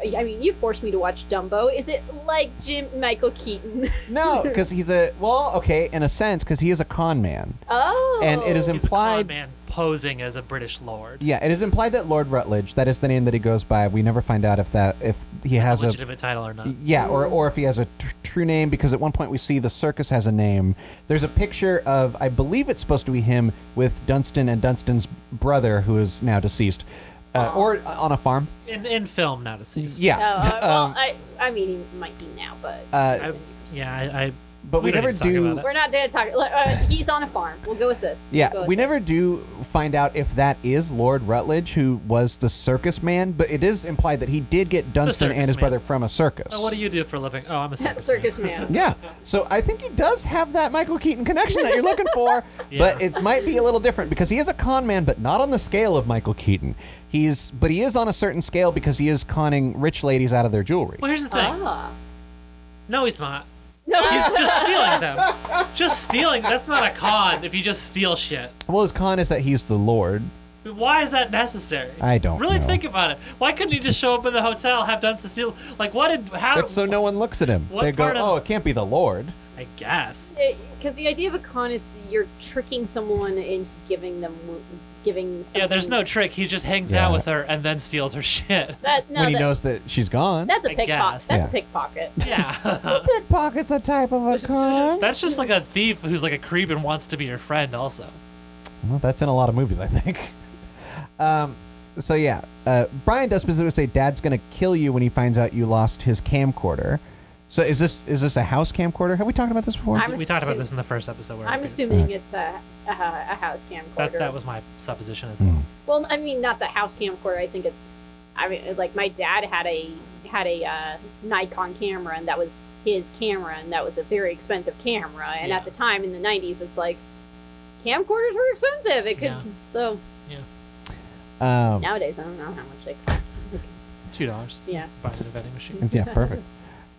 I mean, you forced me to watch Dumbo. Is it like Jim Michael Keaton?
no, because he's a well, okay, in a sense, because he is a con man.
oh,
And it is
He's a con
implied.
man posing as a British lord.
Yeah, it is implied that Lord Rutledge, that is the name that he goes by. We never find out if that if he
That's
has
a
a
legitimate title or not.
yeah, or or if he has a tr- true name because at one point we see the circus has a name. There's a picture of I believe it's supposed to be him with Dunstan and Dunstan's brother who is now deceased. Uh, or on a farm.
In in film, not at sea.
Oh,
Yeah.
uh, well,
Um,
I I mean, he might be now, but
Uh,
I, yeah, I, I
But we
don't
never
need to talk
do-
about it.
we're not done talking. Uh, he's on a farm. We'll go with this. We'll go
Yeah,
with
we
this.
never do find out if that is Lord Rutledge, who was the circus man, but it is implied that he did get Dunstan
circus
and his
man.
brother from a circus.
Oh, what do you do for a living? Oh, I'm a circus.
circus man.
yeah, so I think he does have that Michael Keaton connection that you're looking for,
Yeah.
but it might be a little different because he is a con man, but not on the scale of Michael Keaton. He's, but he is on a certain scale because he is conning rich ladies out of their jewelry.
Well, here's the thing.
ah.
No, he's not.
No,
He's just stealing them. Just stealing. That's not a con. If you just steal shit.
Well, his con is that he's the Lord.
Why is that necessary?
I don't
really
know.
think about it. Why couldn't he just show up in the hotel, have Dunstan steal? Like, what did how?
That's so no one looks at him.
Oh. What
They go,
part of-
"Oh, it can't be the Lord."
I guess.
because the idea of a con is you're tricking someone into giving them w- giving something.
Yeah, there's no trick. He just hangs
Yeah.
out with her and then steals her shit.
that no
when he
that,
knows that she's gone.
that's a
I
pickpocket
guess.
that's
Yeah.
a pickpocket
Yeah,
Pickpocket's a type of a con.
that's just like a thief who's like a creep and wants to be your friend. Also,
Well, that's in a lot of movies, I think. Um, so yeah, uh, Brian does specifically say Dad's gonna kill you when he finds out you lost his camcorder. So is this is this a house camcorder? Have we talked about this before?
I'm
we talked about
assu-
this in the first episode. Where we
I'm
did-
assuming it's a, a, a house camcorder.
that that was my supposition as
Mm.
well.
Well, I mean, not the house camcorder. I think it's, I mean, like my dad had a had a uh, Nikon camera, and that was his camera, and that was a very expensive camera. And
Yeah.
at the time in the '90s, it's like camcorders were expensive. It could
Yeah.
so
um,
nowadays I don't know how much they cost.
Two dollars.
yeah,
Buy it at a vending machine.
Yeah, perfect.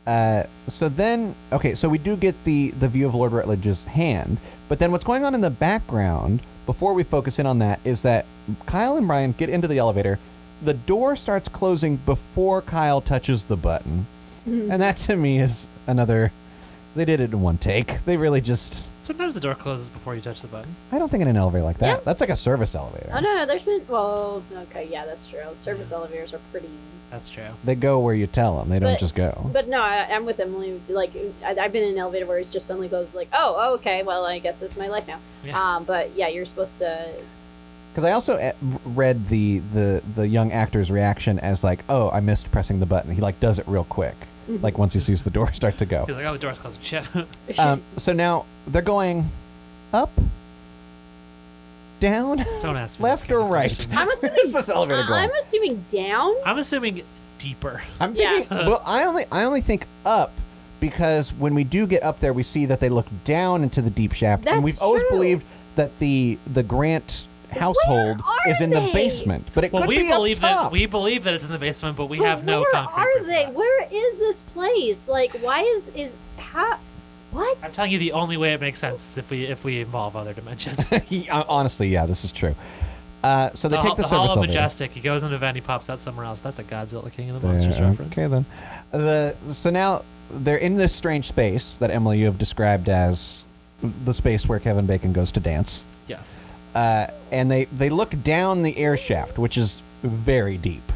Uh, so then, okay, so we do get the the view of Lord Rutledge's hand, but then what's going on in the background before we focus in on that is that Kyle and Brian get into the elevator. The door starts closing before Kyle touches the button,
Mm-hmm.
and that to me is another. They did it in one take. They really just.
Sometimes the door closes before you touch the button.
I don't think in an elevator like that.
Yeah.
That's like a service elevator.
Oh no, no, there's been well, okay, yeah, that's true. Service elevators are pretty.
That's true.
They go where you tell them. They don't
But-
just go.
But no, I, I'm with Emily. Like I, I've been in an elevator where it just suddenly goes like, oh, oh, okay, well, I guess this is my life now.
Yeah.
Um, but yeah, you're supposed to.
Because I also eh, read the, the the young actor's reaction as like, oh, I missed pressing the button. He like does it real quick,
Mm-hmm.
like once he sees the door start to go.
He's like, oh, the door's closing. Shit.
Um, so now they're going up, down.
Don't ask me.
Left
this kind of
or right?
question.
I'm assuming
Is this elevator
I-
going?
I'm assuming down.
I'm assuming deeper.
I'm
Yeah.
thinking. Well, I only I only think up because when we do get up there, we see that they look down into the deep shaft, and
That's
we've always
true.
believed that the the Grant household
are
is in the
they?
basement, but it
Well,
could
we
be up
believe
top.
that we believe that it's in the basement, but we
But
have no
where
concrete.
are
proof of
they?
that.
Where is this place? Like, why is is how? What?
I'm telling you, the only way it makes sense is if we if we involve other dimensions.
He- uh, honestly, yeah, this is true. Uh, so they
the,
take
Hall-
the,
the Hall
service
of
elevator.
Majestic. He goes into Vandy, pops out somewhere else. That's a Godzilla King of the
There,
Monsters reference.
Okay then. The so now they're in this strange space that Emily you have described as the space where Kevin Bacon goes to dance,
Yes.
uh, and they they look down the air shaft, which is very deep.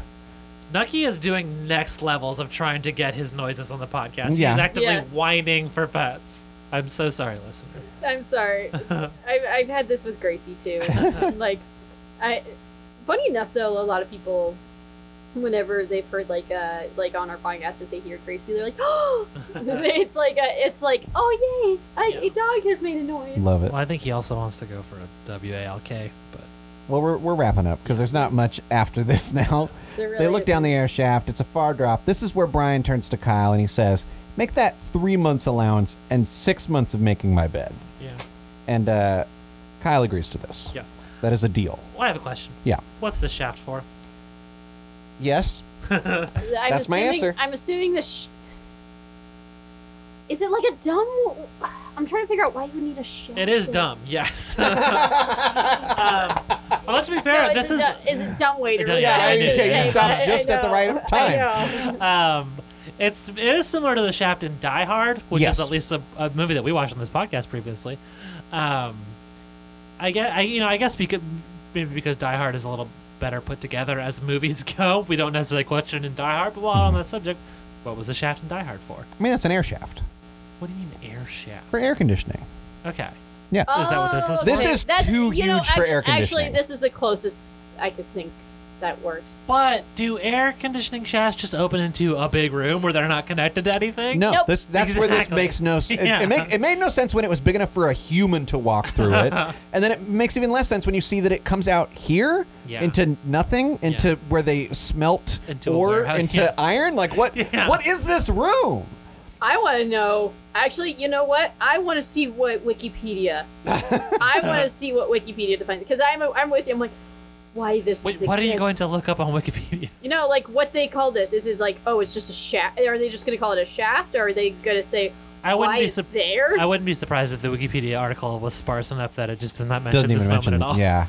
Nucky is doing next levels of trying to get his noises on the podcast.
Yeah.
He's actively
Yeah.
whining for pets. I'm so sorry, listener.
I'm sorry. I've, I've had this with Gracie too. like, I. Funny enough, though, a lot of people, whenever they've heard like uh like on our podcast, if they hear Gracie, they're like, oh, it's like a, it's like oh yay, a,
Yeah.
a dog has made a noise.
Love it.
Well, I think he also wants to go for a WALK, but
Well, we're we're wrapping up because there's not much after this now.
There really
they look down
isn't-
the air shaft. It's a far drop. This is where Brian turns to Kyle and he says, "Make that three months allowance and six months of making my bed."
yeah,
And uh, Kyle agrees to this.
yes.
That is a deal.
Well, I have a question.
Yeah.
What's this shaft for?
Yes.
I'm
That's my
assuming,
answer.
I'm assuming the. Sh- is it like a dumb? I'm trying to figure out why you would need a shaft.
It is
in
dumb. Yes. um, well, let's be fair.
No, it's
this
a
is
du- is a dumb way to
It does-
read
yeah,
it.
I did,
was gonna
yeah, you
say,
stopped
I- I
just at the
know,
right
I
time.
know.
um, it's it is similar to the shaft in Die Hard, which
Yes.
is at least a, a movie that we watched on this podcast previously. Um, I guess I you know I guess because maybe because Die Hard is a little better put together as movies go, we don't necessarily question in Die Hard. But while
Mm-hmm.
on that subject, what was the shaft in Die Hard for?
I mean, that's an air shaft
What do you mean air shaft?
for air conditioning.
Okay,
Yeah.
Is that what this is
Oh,
This
okay.
is
That's-
too
you know,
huge for
actu-
air conditioning.
Actually, this is the closest I could think that works.
but do air conditioning shafts just open into a big room where they're not connected to anything?
no,
Nope.
this that's where this
Exactly.
makes no sense.
Yeah.
It, make, it made no sense when it was big enough for a human to walk through it, and then it makes even less sense when you see that it comes out here
Yeah.
into nothing, into where they smelt
Into a
ore
warehouse,
into
yeah.
iron. Like what?
Yeah.
What is this room?
I want to know. Actually, you know what? I want to see what Wikipedia. I want to see what Wikipedia defines because I'm a, I'm with you. I'm like, why this
Wait,
exists?
what are you going to look up on Wikipedia?
You know, like what they call this is is like, oh, it's just a shaft. Are they just going to call it a shaft? Or are they going to say
I wouldn't
why
be
it's
sup-
there?
I wouldn't be surprised if the Wikipedia article was sparse enough that it just does not mention
Doesn't
this
even
moment
mention.
at all.
Yeah.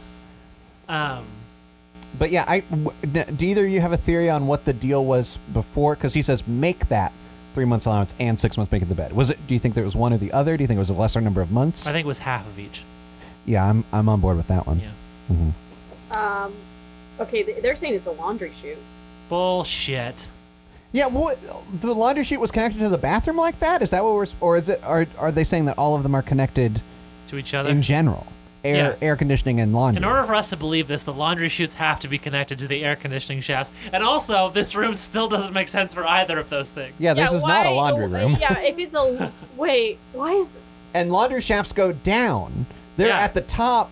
Um,
But yeah, I w- n- do either of you have a theory on what the deal was before? Because he says make that three months allowance and six months making the bed. Was it? Do you think there was one or the other? Do you think it was a lesser number of months?
I think it was half of each.
yeah, I'm I'm on board with that one.
Yeah.
Mhm.
Um, okay, th- they're saying it's a laundry chute.
Bullshit.
Yeah, what the laundry sheet was connected to the bathroom like that? Is that what we're s- or is it are are they saying that all of them are connected
To each other.
in general? air
Yeah.
air conditioning and
In
laundry.
order for us to believe this, the laundry chutes have to be connected to the air conditioning shafts. And also, this room still doesn't make sense for either of those things.
yeah, this is not a
why-
laundry room.
Yeah, if it's a wait, why is
And laundry shafts go down. They're
Yeah.
at the top.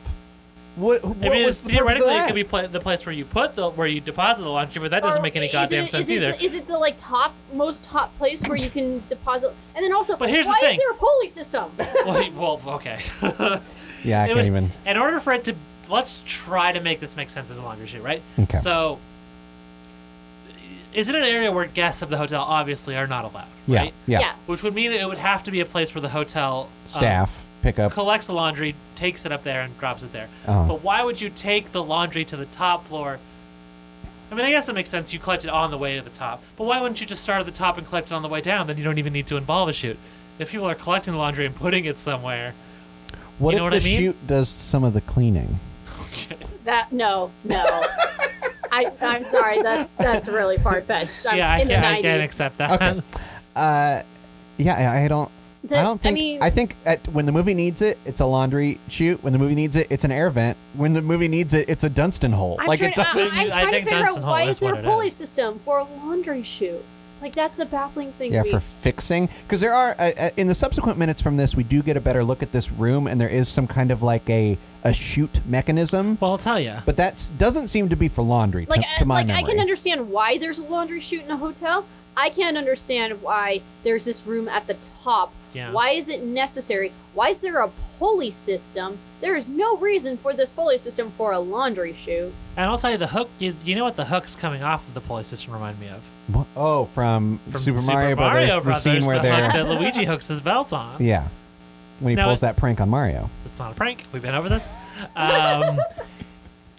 What, what
I mean,
was the purpose of
theoretically,
that?
it could be pla- the place where you put the where you deposit the laundry, but that doesn't
or
make any
is
goddamn
it,
sense
is it
either.
the- is it the like top most top place where you can deposit? And then also,
But here's the
why
thing.
is there a pulley system?
well, well, okay.
yeah, I
It
can't
was-
even.
In order for it to let's try to make this make sense as a laundry chute, right?
Okay.
So, is it an area where guests of the hotel obviously are not allowed?
Yeah,
Right?
yeah.
Which would mean it would have to be a place where the hotel um,
Staff pick up.
collects the laundry, takes it up there, and drops it there.
Uh-huh.
But why would you take the laundry to the top floor? I mean, I guess that makes sense. You collect it on the way to the top. But why wouldn't you just start at the top and collect it on the way down? Then you don't even need to involve a chute. If people are collecting the laundry and putting it somewhere,
What
you
if
know what
the
I mean?
chute does some of the cleaning?
That no, no. I I'm sorry. That's that's really far fetched. I was
yeah, I
in
can't,
the
I can't
nineties.
accept that.
Okay. Uh, yeah, I- I don't.
The-
I don't
I
think. I,
mean-
think at, when the movie needs it, it's a laundry chute. When the movie needs it, it's an air vent. When the movie needs it, it's a Dunstan hole.
I'm
like
trying, uh,
it doesn't.
I, am
I
trying to
think
figure out
Dunstan Hall
why
is
is there
what
a
it
pulley
is.
system for a laundry chute? Like that's a baffling thing.
yeah,
we,
for fixing. Because there are uh, uh, in the subsequent minutes from this, we do get a better look at this room, and there is some kind of like a a chute mechanism.
Well, I'll tell you.
But that doesn't seem to be for laundry. to-
like
to,
I-
my
like
memory.
I can understand why there's a laundry chute in a hotel. I can't understand why there's this room at the top.
Yeah.
Why is it necessary? Why is there a pulley system? There is no reason for this pulley system for a laundry chute.
And I'll tell you the hook. You, you know what the hooks coming off of the pulley system remind me of?
Wha- Oh, from,
From
Super Mario Brothers, the scene where
the hook
they're
that Luigi hooks his belt on.
yeah, when he
Now
pulls
it-
that prank on Mario.
It's not a prank. We've been over this. Um,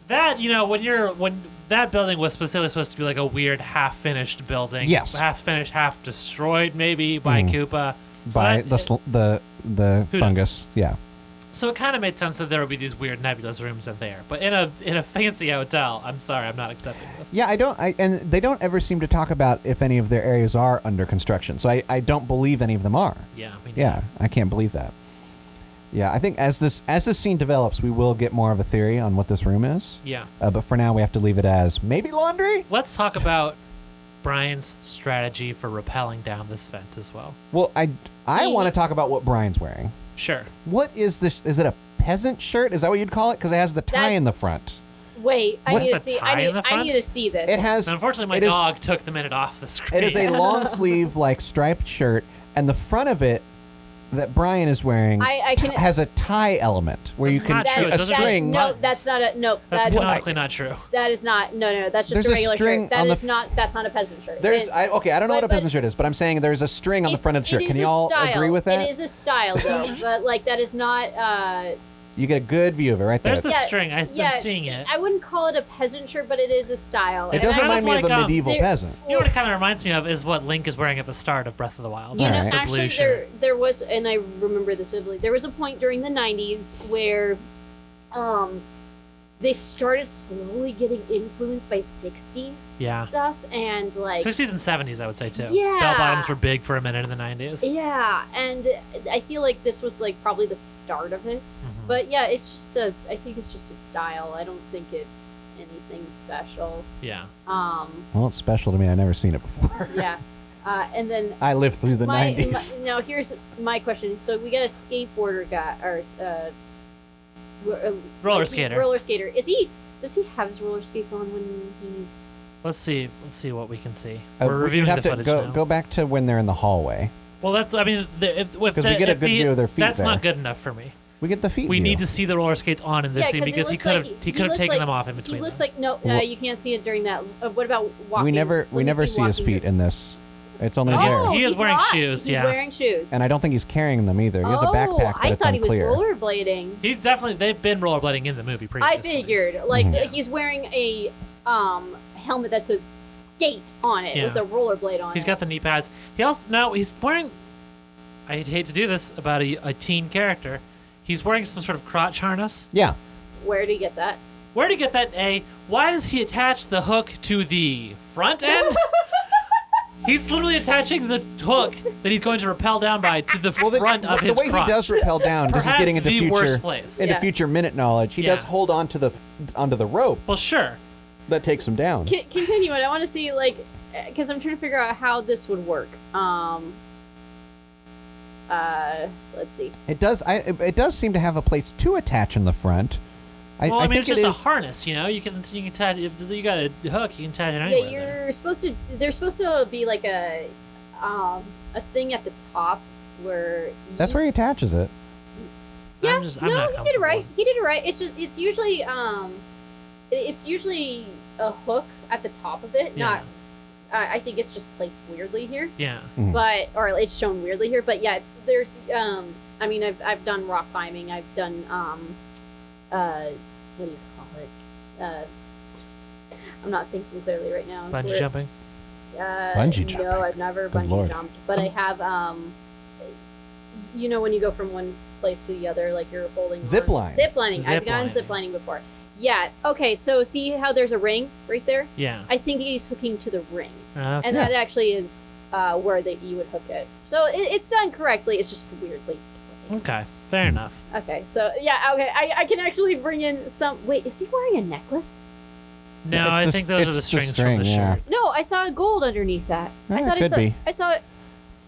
that you know when you're when that building was specifically supposed to be like a weird half finished building.
Yes.
Half finished, half destroyed, maybe by
Mhm.
Koopa. So
by
that-
the sl- the the
Who knows?
fungus. Yeah.
So it kind of made sense that there would be these weird nebulous rooms in there, but in a in a fancy hotel. I'm sorry, I'm not accepting this.
Yeah, I don't. I, and they don't ever seem to talk about if any of their areas are under construction. So I, I don't believe any of them are.
Yeah. I mean,
Yeah, I can't believe that. Yeah, I think as this as this scene develops, we will get more of a theory on what this room is.
Yeah.
Uh, but for now, we have to leave it as maybe laundry.
Let's talk about Brian's strategy for rappelling down this vent as well.
Well, I I
Maybe.
want to talk about what Brian's wearing.
Sure.
What is this? Is it a peasant shirt? Is that what you'd call it? Because it has the tie
That's-
in the front.
Wait, I
What?
need to
It's a
see.
tie
I
in
need,
the
I
front?
need to see this.
It has.
Unfortunately, my
it is-
dog took the minute off the screen.
It is a long sleeve, like striped shirt, and the front of it that Brian is wearing
I- I can-
t- has a tie element where
That's
you can
not true.
a
It doesn't have
string.
buttons.
No, that's not a no.
That's
that,
what I-
canonically not true.
that is not. No, no, that's just
There's a
a regular
string
shirt. That
on the
is
f-
not. That's not a peasant shirt.
There's
And
I, okay. I don't know
but-
what a peasant
but-
shirt is, but I'm saying there's a string on the
it-
front of the shirt.
it
Can
is
you
a
all
style.
agree with that?
It is a style though, but like that is not. Uh,
you get a good view of it right there.
There's the
Yeah,
string. I've
yeah,
been seeing it.
I wouldn't call it a peasant shirt, but it is a style.
it
And
does
I-
kind of
remind me of
like,
a
um,
medieval
there-
peasant.
you know what it kind of reminds me of is what Link is wearing at the start of Breath of the Wild.
You know,
Alright.
The blue
actually, there
shirt.
there was, and I remember this vividly. There was a point during the '90s where, um, they started slowly getting influenced by '60s
Yeah.
stuff, and like,
60s and 70s, I would say too.
Yeah.
Bell bottoms were big for a minute in the 90s.
yeah, and I feel like this was like probably the start of it.
Mhm.
But yeah, it's just a. I think it's just a style. I don't think it's anything special.
yeah.
Um,
Well, it's special to me. I've never seen it before.
yeah, uh, and then
I lived through the
my,
90s.
my- now here's my question. So we got a skateboarder guy or uh, ro- uh,
Roller
like he-
skater.
Roller skater. Is he? Does he have his roller skates on when he's?
Let's see. Let's see what we can see.
Uh,
We're
we-
reviewing
you'd have
the
to
footage
go
now.
go back to when they're in the hallway.
Well, that's. I mean, the, if, if
'Cause we
the-
get a
if
good
the-
view of their feet
That's not
there.
good enough for me.
We get the feet.
We
view.
need to see the roller skates on in this
Yeah,
scene
'cause it
because he
looks
could have
like-
he
he
could have
looks
taken
like-
them off in between.
he looks
them.
like no. Uh,
Wha-
you can't see it during that. Uh, what about walking?
We never
Let
we
me
never see his
walking
feet
during-
in this. It's only
He's-
there.
Oh,
He is
he's
wearing
not.
shoes,
He's
yeah.
wearing shoes.
And I don't think he's carrying them either. He has a
oh,
backpack, but
I
it's
thought
unclear.
he was rollerblading.
He's definitely they've been rollerblading in the movie previously.
I figured, like,
Mhm.
uh, he's wearing a um helmet that says skate on it
Yeah.
with a rollerblade on
He's
it.
got the knee pads. He also now he's wearing. I'd hate to do this about a, a teen character. He's wearing some sort of crotch harness.
Yeah,
Where did he get that?
Where would he get that? A. Why does he attach the hook to the front end? He's literally attaching the hook that he's going to rappel down by to the
Well, the,
front of
the
his
way
crotch.
he does repel down, this is
Perhaps
getting into
the
future
worst place.
into
Yeah.
future minute knowledge. He does
Yeah.
hold onto the onto the rope
well, sure.
that takes him down.
C- continue, and I want to see like because I'm trying to figure out how this would work. Um, uh, let's see.
It does. I, it- it does seem to have a place to attach in the front. I,
well, I, mean,
think
it's
it
just
is-
a harness, you know. You can you can attach if you got a hook, you can attach it
Yeah,
anywhere.
you're
there.
supposed to. There's supposed to be like a um, a thing at the top where.
That's
you,
where he attaches it.
Yeah,
I'm just- I'm
no,
not
he did it
comfortable.
right. He did it right. It's just it's usually um, it- it's usually a hook at the top of it. Not. I I think it's just placed weirdly here.
Yeah.
Mhm.
but or it's shown weirdly here but yeah it's there's um i mean i've, I've done rock climbing i've done um uh what do you call it uh i'm not thinking clearly right now
Bungee
We're-
jumping.
uh,
Bungee jumping.
no i've never
Good
bungee
lord.
jumped but i have um you know when you go from one place to the other like you're holding
Zip
on-
line.
zip lining i've
Zip
gone
line.
zip lining before yeah okay so see how there's a ring right there
Yeah.
i think he's hooking to the ring
Uh,
and
Yeah.
that actually is uh, where that you would hook it. So it, it's done correctly. It's just weirdly. placed.
okay. Fair enough.
Okay. So yeah. Okay. I, I can actually bring in some. Wait, is he wearing a necklace?
No,
It's
I
the-
think those are
it's
the
the
strings
string,
from the
yeah.
shirt.
No, I saw gold underneath that. I
Yeah,
thought I
Uh, could
saw.
be.
I saw.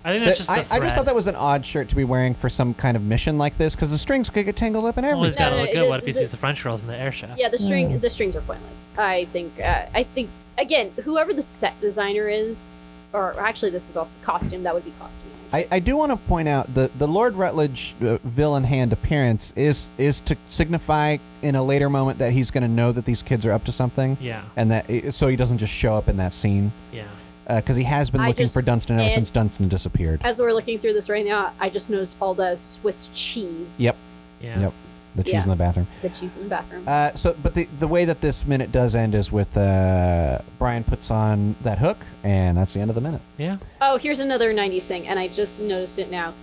I think that's just
I,
the
I
thread.
just thought that was an odd shirt to be wearing for some kind of mission like this, because the strings could get tangled up in
Well, he's
everything.
got to
No, no,
look
no,
good. What if
the-
he
the-
sees the French girls in the air show?
Yeah, the string. The strings are pointless. I think. Uh, I think again, whoever the set designer is, or actually, this is also costume. That would be costume.
I, I do want to point out the the Lord Rutledge uh, villain hand appearance is is to signify in a later moment that he's going to know that these kids are up to something,
Yeah.
and that eh, so he doesn't just show up in that scene
Yeah.
because he has been
I
looking
just- Uh,
for Dunstan ever
and-
since Dunstan disappeared.
As we're looking through this right now, I just noticed all the Swiss cheese.
Yep.
Yeah.
Yep, the cheese
Yeah.
in the bathroom.
The cheese in the bathroom.
Uh, so, but the the way that this minute does end is with uh, Brian puts on that hook, and that's the end of the minute.
Yeah.
Oh, here's another 90s thing, and I just noticed it now.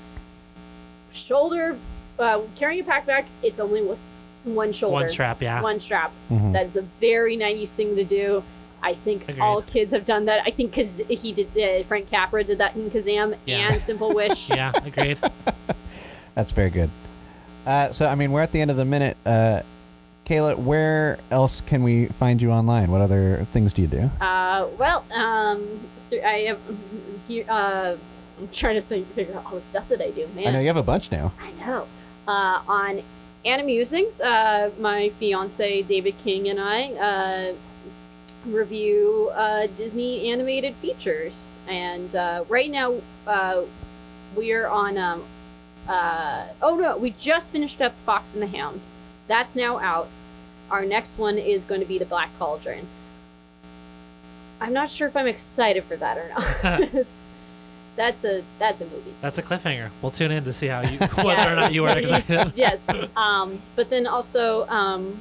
Shoulder, uh, carrying a backpack, it's only with one shoulder.
One strap. Yeah.
One strap.
Mhm.
That's a very 90s thing to do. I think
Mm. Agreed.
all kids have done that. I think because he did, uh, Frank Capra did that in Kazam
Yeah.
and Simple Wish.
Yeah. Agreed.
That's very good. Uh, so, I mean, we're at the end of the minute. Uh, Kayla, where else can we find you online? What other things do you do?
Uh, well, um, th- I have here. Uh, I'm trying to think, figure out all the stuff that I do, man.
I know you have a bunch now.
I know. Uh, on Animusings, uh, my fiance David King and I uh, review uh, Disney animated features, and uh, right now uh, we're on. Um, uh, oh no, we just finished up Fox and the Hound. That's now out. Our next one is going to be the Black Cauldron. I'm not sure if I'm excited for that or not. it's, that's a that's a movie.
That's a cliffhanger. We'll tune in to see how you whether or not you were excited.
yes. Um, but then also, um,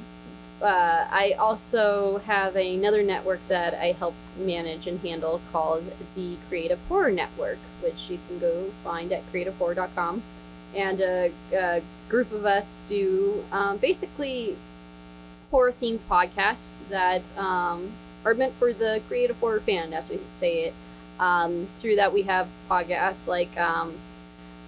uh, I also have another network that I help manage and handle called the Creative Horror Network, which you can go find at creativehorror.com. And a, a group of us do um, basically horror themed podcasts that um, are meant for the creative horror fan, as we say it. Um, through that, we have podcasts like um,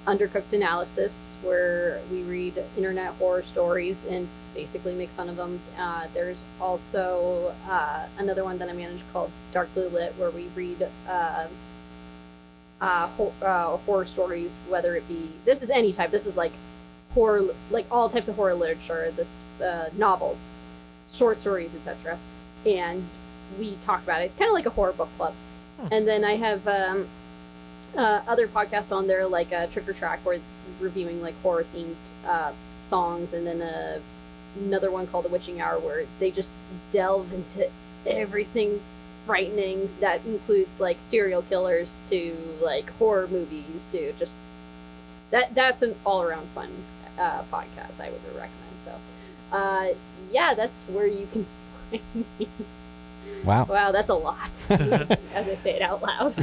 undercooked analysis where we read internet horror stories and basically make fun of them uh, there's also uh, another one that i manage called dark blue lit where we read uh, uh, ho- uh, horror stories whether it be this is any type this is like horror like all types of horror literature this uh, novels short stories etc and we talk about it it's kind of like a horror book club
Hmm.
and then i have um, uh, other podcasts on there, like uh, Trick or Track, where reviewing like horror themed uh, songs, and then uh, another one called The Witching Hour, where they just delve into everything frightening that includes like serial killers to like horror movies to just that that's an all around fun uh, podcast I would recommend. So, uh, yeah, that's where you can.
Wow.
Wow, that's a lot. as I say it out loud.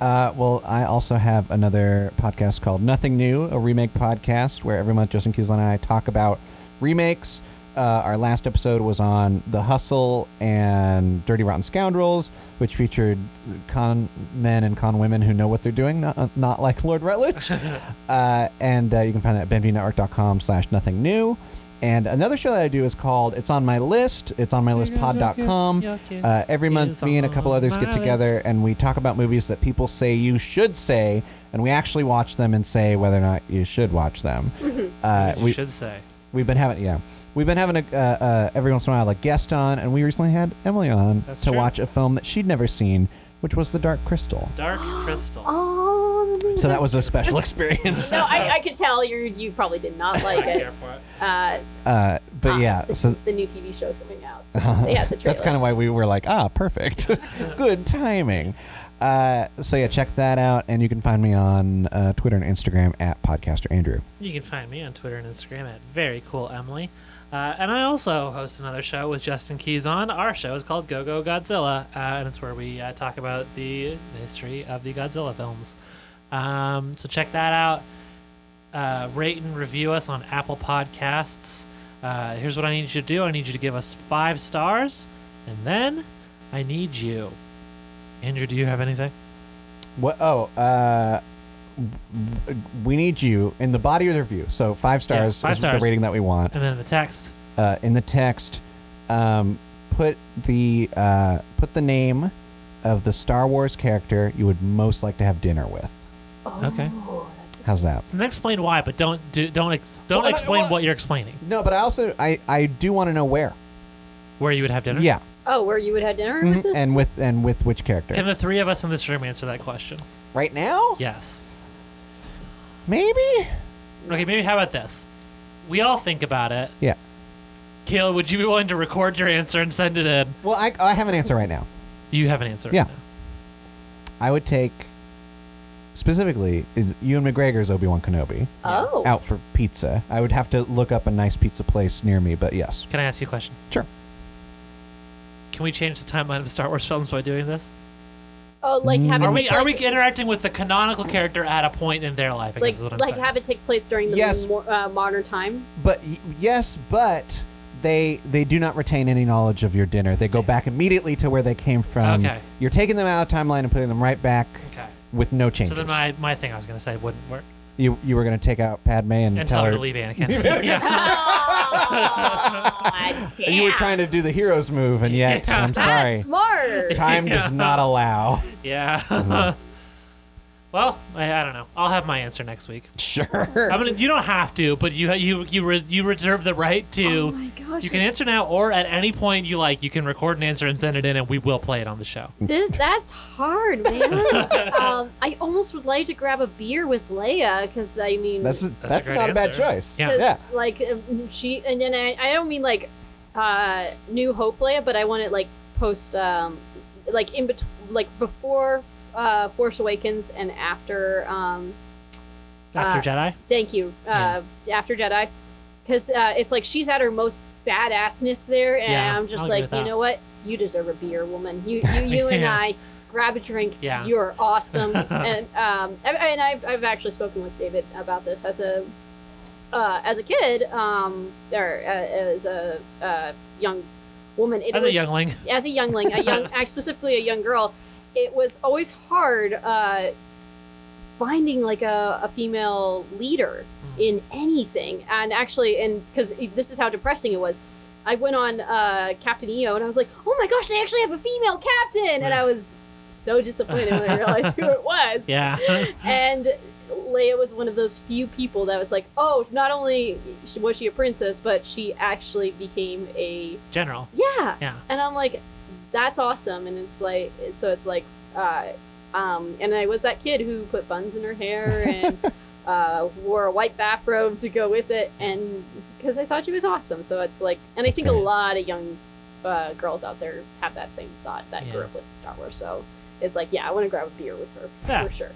Uh, well, I also have another podcast called Nothing New, a remake podcast where every month Justin Kuzlan and I talk about remakes, uh, our last episode was on The Hustle and Dirty Rotten Scoundrels, which featured con men and con women who know what they're doing, not, not like Lord Rutledge. uh, and uh, you can find that at benvnetwork.com slash nothing new. And another show that I do is called It's On My List. It's on my list pod.com. Uh, every month, me and a couple others get together and we talk about movies that people say you should say, and we actually watch them and say whether or not you should watch them. Uh,
you
we,
should say.
we've been having, yeah, we've been having a, uh, uh, every once in a while a guest on, and we recently had Emily on
That's
to
true.
watch a film that she'd never seen, which was The Dark Crystal.
Dark Crystal.
Oh. the
So that
movies.
was a special experience.
No, I, I could tell you you probably did not
I
like
don't
it.
care for it.
Uh,
Uh,
ah,
but yeah,
the,
so Uh-huh.
the new TV show's coming out. They had the trailer.
That's kind of why we were like, ah, perfect. Good timing. Uh, so yeah, check that out, and you can find me on uh, Twitter and Instagram at Podcaster Andrew.
You can find me on Twitter and Instagram at very cool Emily. Uh, and I also host another show with Justin Keys on. Our show is called Go Go Godzilla, uh, and it's where we uh, talk about the history of the Godzilla films. Um, so check that out. Uh, rate and review us on Apple Podcasts. Uh, here's what I need you to do I need you to give us five stars, and then I need you. Andrew, do you have anything?
What? Oh, uh, w- we need you in the body of the review. So five stars
five
is
stars.
the rating that we want.
And then the text.
Uh, in the text, um, put the uh, put the name of the Star Wars character you would most like to have dinner with.
Oh,
Okay.
That's,
How's that?
And then explain why, but don't do don't ex- don't
Well, I-
explain
well-
what you're explaining.
No, but I also I I do want to know where.
Where you would have dinner?
Yeah,
oh, where you would have dinner
Mhm.
with this?
and with and with which character?
Can the three of us in this room answer that question?
Right now?
Yes.
Maybe?
Okay, maybe how about this? We all think about it.
Yeah.
Kayla, would you be willing to record your answer and send it in?
Well, I, I have an answer right now.
You have an answer.
Yeah.
now.
I would take specifically is- Ewan McGregor's Obi Wan Kenobi
oh.
out for pizza. I would have to look up a nice pizza place near me, but yes,
Can I ask you a question?
sure.
Can we change the timeline of the Star Wars films by doing this?
Oh, like have it
Are
take
we are we
place,
interacting with the canonical character at a point in their life? I guess
like
is what I'm
like
saying.
have it take place during the
Yes.
mo- uh, modern time?
But y- yes, but they they do not retain any knowledge of your dinner. They go back immediately to where they came from.
Okay.
You're taking them out of timeline and putting them right back
okay.
with no changes.
So then my, my thing I was gonna say wouldn't work.
you you were going to take out Padme and,
And tell her to leave Anakin. yeah.
oh, damn.
You were trying to do the hero's move, and yet
Yeah.
I'm sorry,
That's smart.
time
Yeah.
does not allow.
Uh-huh.
Yeah. well, I, I don't know. I'll have my answer next week.
Sure.
I mean, you don't have to, but you you you re- you reserve the right
oh
to.
my gosh.
you can
this-
answer now, or at any point you like, you can record an answer and send it in, and we will play it on the show.
This that's hard, man. um, I almost would like to grab a beer with Leia because I mean,
That's
a
that's
great
not a bad
answer.
choice.
Yeah.
'cause,
yeah.
like um, she and then I, I don't mean like uh, New Hope Leia, but I want it like post, um, like in between, like before uh, Force Awakens and after. Um,
Doctor Jedi.
Thank you. Uh, After Jedi, because uh, it's like she's at her most badassness there, and
Yeah,
I'm
I'll
just
agree
like,
with
you
that.
know what? You deserve a beer, woman. You, you, you and
Yeah.
I grab a drink.
Yeah.
you're awesome. and um, I- and I've, I've actually spoken with David about this as a uh, as a kid, um, or uh, as a uh, young woman. It
As a
was-
youngling,
as a youngling, a young, specifically a young girl, it was always hard uh, finding like a, a female leader in anything. And actually, and because this is how depressing it was, I went on uh, Captain EO and I was like, oh my gosh, they actually have a female captain, and I was so disappointed when I realized who it was.
yeah.
And Leia was one of those few people that was like, oh, not only was she a princess, but she actually became a
General.
yeah
Yeah.
and I'm like, that's awesome. And it's like, so it's like, uh, um, and I was that kid who put buns in her hair and uh, wore a white bathrobe to go with it, and because I thought she was awesome. So it's like, and I think a
Right.
lot of young uh, girls out there have that same thought that grew
Yeah.
up with Star Wars. So it's like, yeah, I want to grab a beer with her
Yeah.
for sure.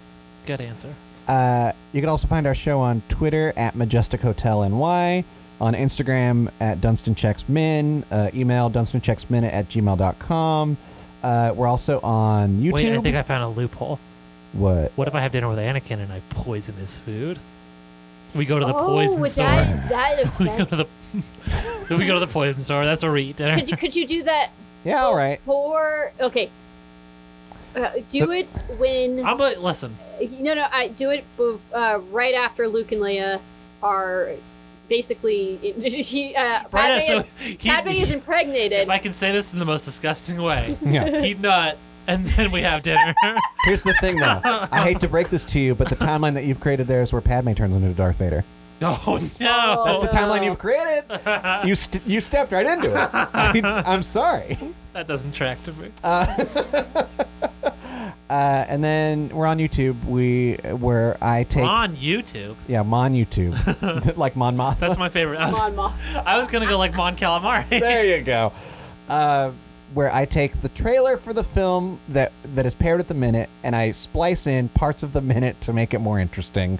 Good answer.
Uh, you can also find our show on Twitter at Majestic Hotel NY, on Instagram at Dunstan Checks Min, uh, email dunstanchecksmin at gmail.com. Uh, we're also on YouTube.
Wait, I think I found a loophole.
what?
What if I have dinner with Anakin and I poison his food? We go to the
oh,
poison
would
store.
that that
we go to
affect?
the Then we go to the poison store. That's where we eat dinner.
Could you could you do that?
Yeah, all right.
Or okay. Uh, do it when
I'm like, listen.
no no I do it uh, right after Luke and Leia are basically he, uh,
Right
Padme,
now, so
is,
he,
Padme is impregnated.
if I can say this in the most disgusting way,
Yeah.
he'd not, and then we have dinner.
Here's the thing, though. I hate to break this to you, but the timeline that you've created there is where Padme turns into Darth Vader.
oh no!
That's
Oh,
the timeline
no.
you've created. You st- you stepped right into it. I, am sorry.
That doesn't track to me.
Uh, and then we're on YouTube. We where I take
On YouTube,
yeah, Mon YouTube, like Mon Mothma.
that's my favorite. I was,
Mon Mothma.
I was gonna go like Mon Calamari.
there you go. Uh, where I take the trailer for the film that that is paired at the minute, and I splice in parts of the minute to make it more interesting.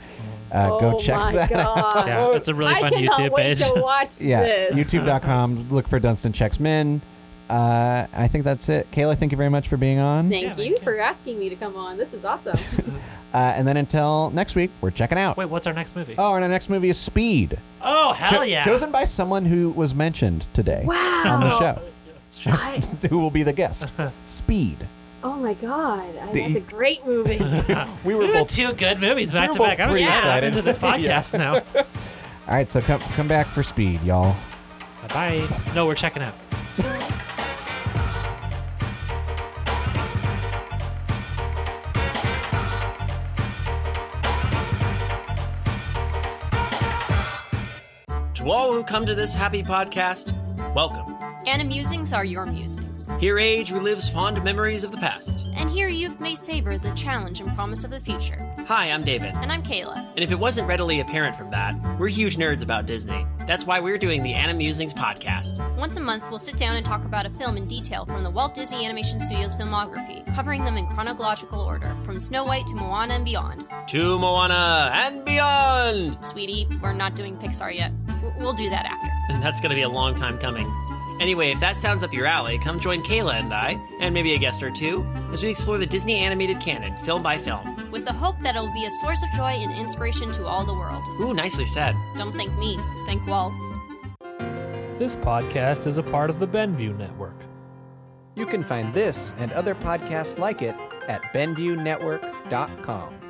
Uh, go
Oh
check
my
that out.
God.
yeah, it's a really
I
fun
cannot
YouTube
wait
page.
to watch
Yeah,
this.
YouTube.com. Look for Dunstan checks men. Uh, I think that's it. Kayla, thank you very much for being on.
Yeah,
Thank
man,
you
yeah.
for asking me to come on. This is awesome.
Uh, and then until next week, we're checking out.
Wait, what's our next movie?
Oh, and our next movie is Speed.
Oh, hell
Cho-
yeah!
Chosen by someone who was mentioned today on the
wow.
show.
It's just-
who will be the guest? Speed.
Oh my god, I-
The- e-
that's a great movie.
We were
We've had
both.
two good movies
we
back
were
to back.
both
I'm
pretty
excited. I'm
excited.
into this
Yeah.
podcast now.
All right, so come come back for Speed, y'all.
Bye. No, we're checking out.
To all who come to this happy podcast, welcome.
Anna Musings are your musings.
Here, age relives fond memories of the past.
And here you may savor the challenge and promise of the future.
Hi, I'm David.
And I'm Kayla.
And if it wasn't readily apparent from that, we're huge nerds about Disney. That's why we're doing the Anna Musings podcast.
Once a month, we'll sit down and talk about a film in detail from the Walt Disney Animation Studios filmography, covering them in chronological order, from Snow White to Moana and beyond.
To Moana and beyond!
Sweetie, we're not doing Pixar yet. W- We'll do that after.
That's gonna be a long time coming. Anyway, if that sounds up your alley, come join Kayla and I, and maybe a guest or two, as we explore the Disney animated canon, film by film.
With the hope that it'll be a source of joy and inspiration to all the world.
Ooh, nicely said.
Don't thank me, thank Walt.
This podcast is a part of the Benview Network.
You can find this and other podcasts like it at BenviewNetwork.com.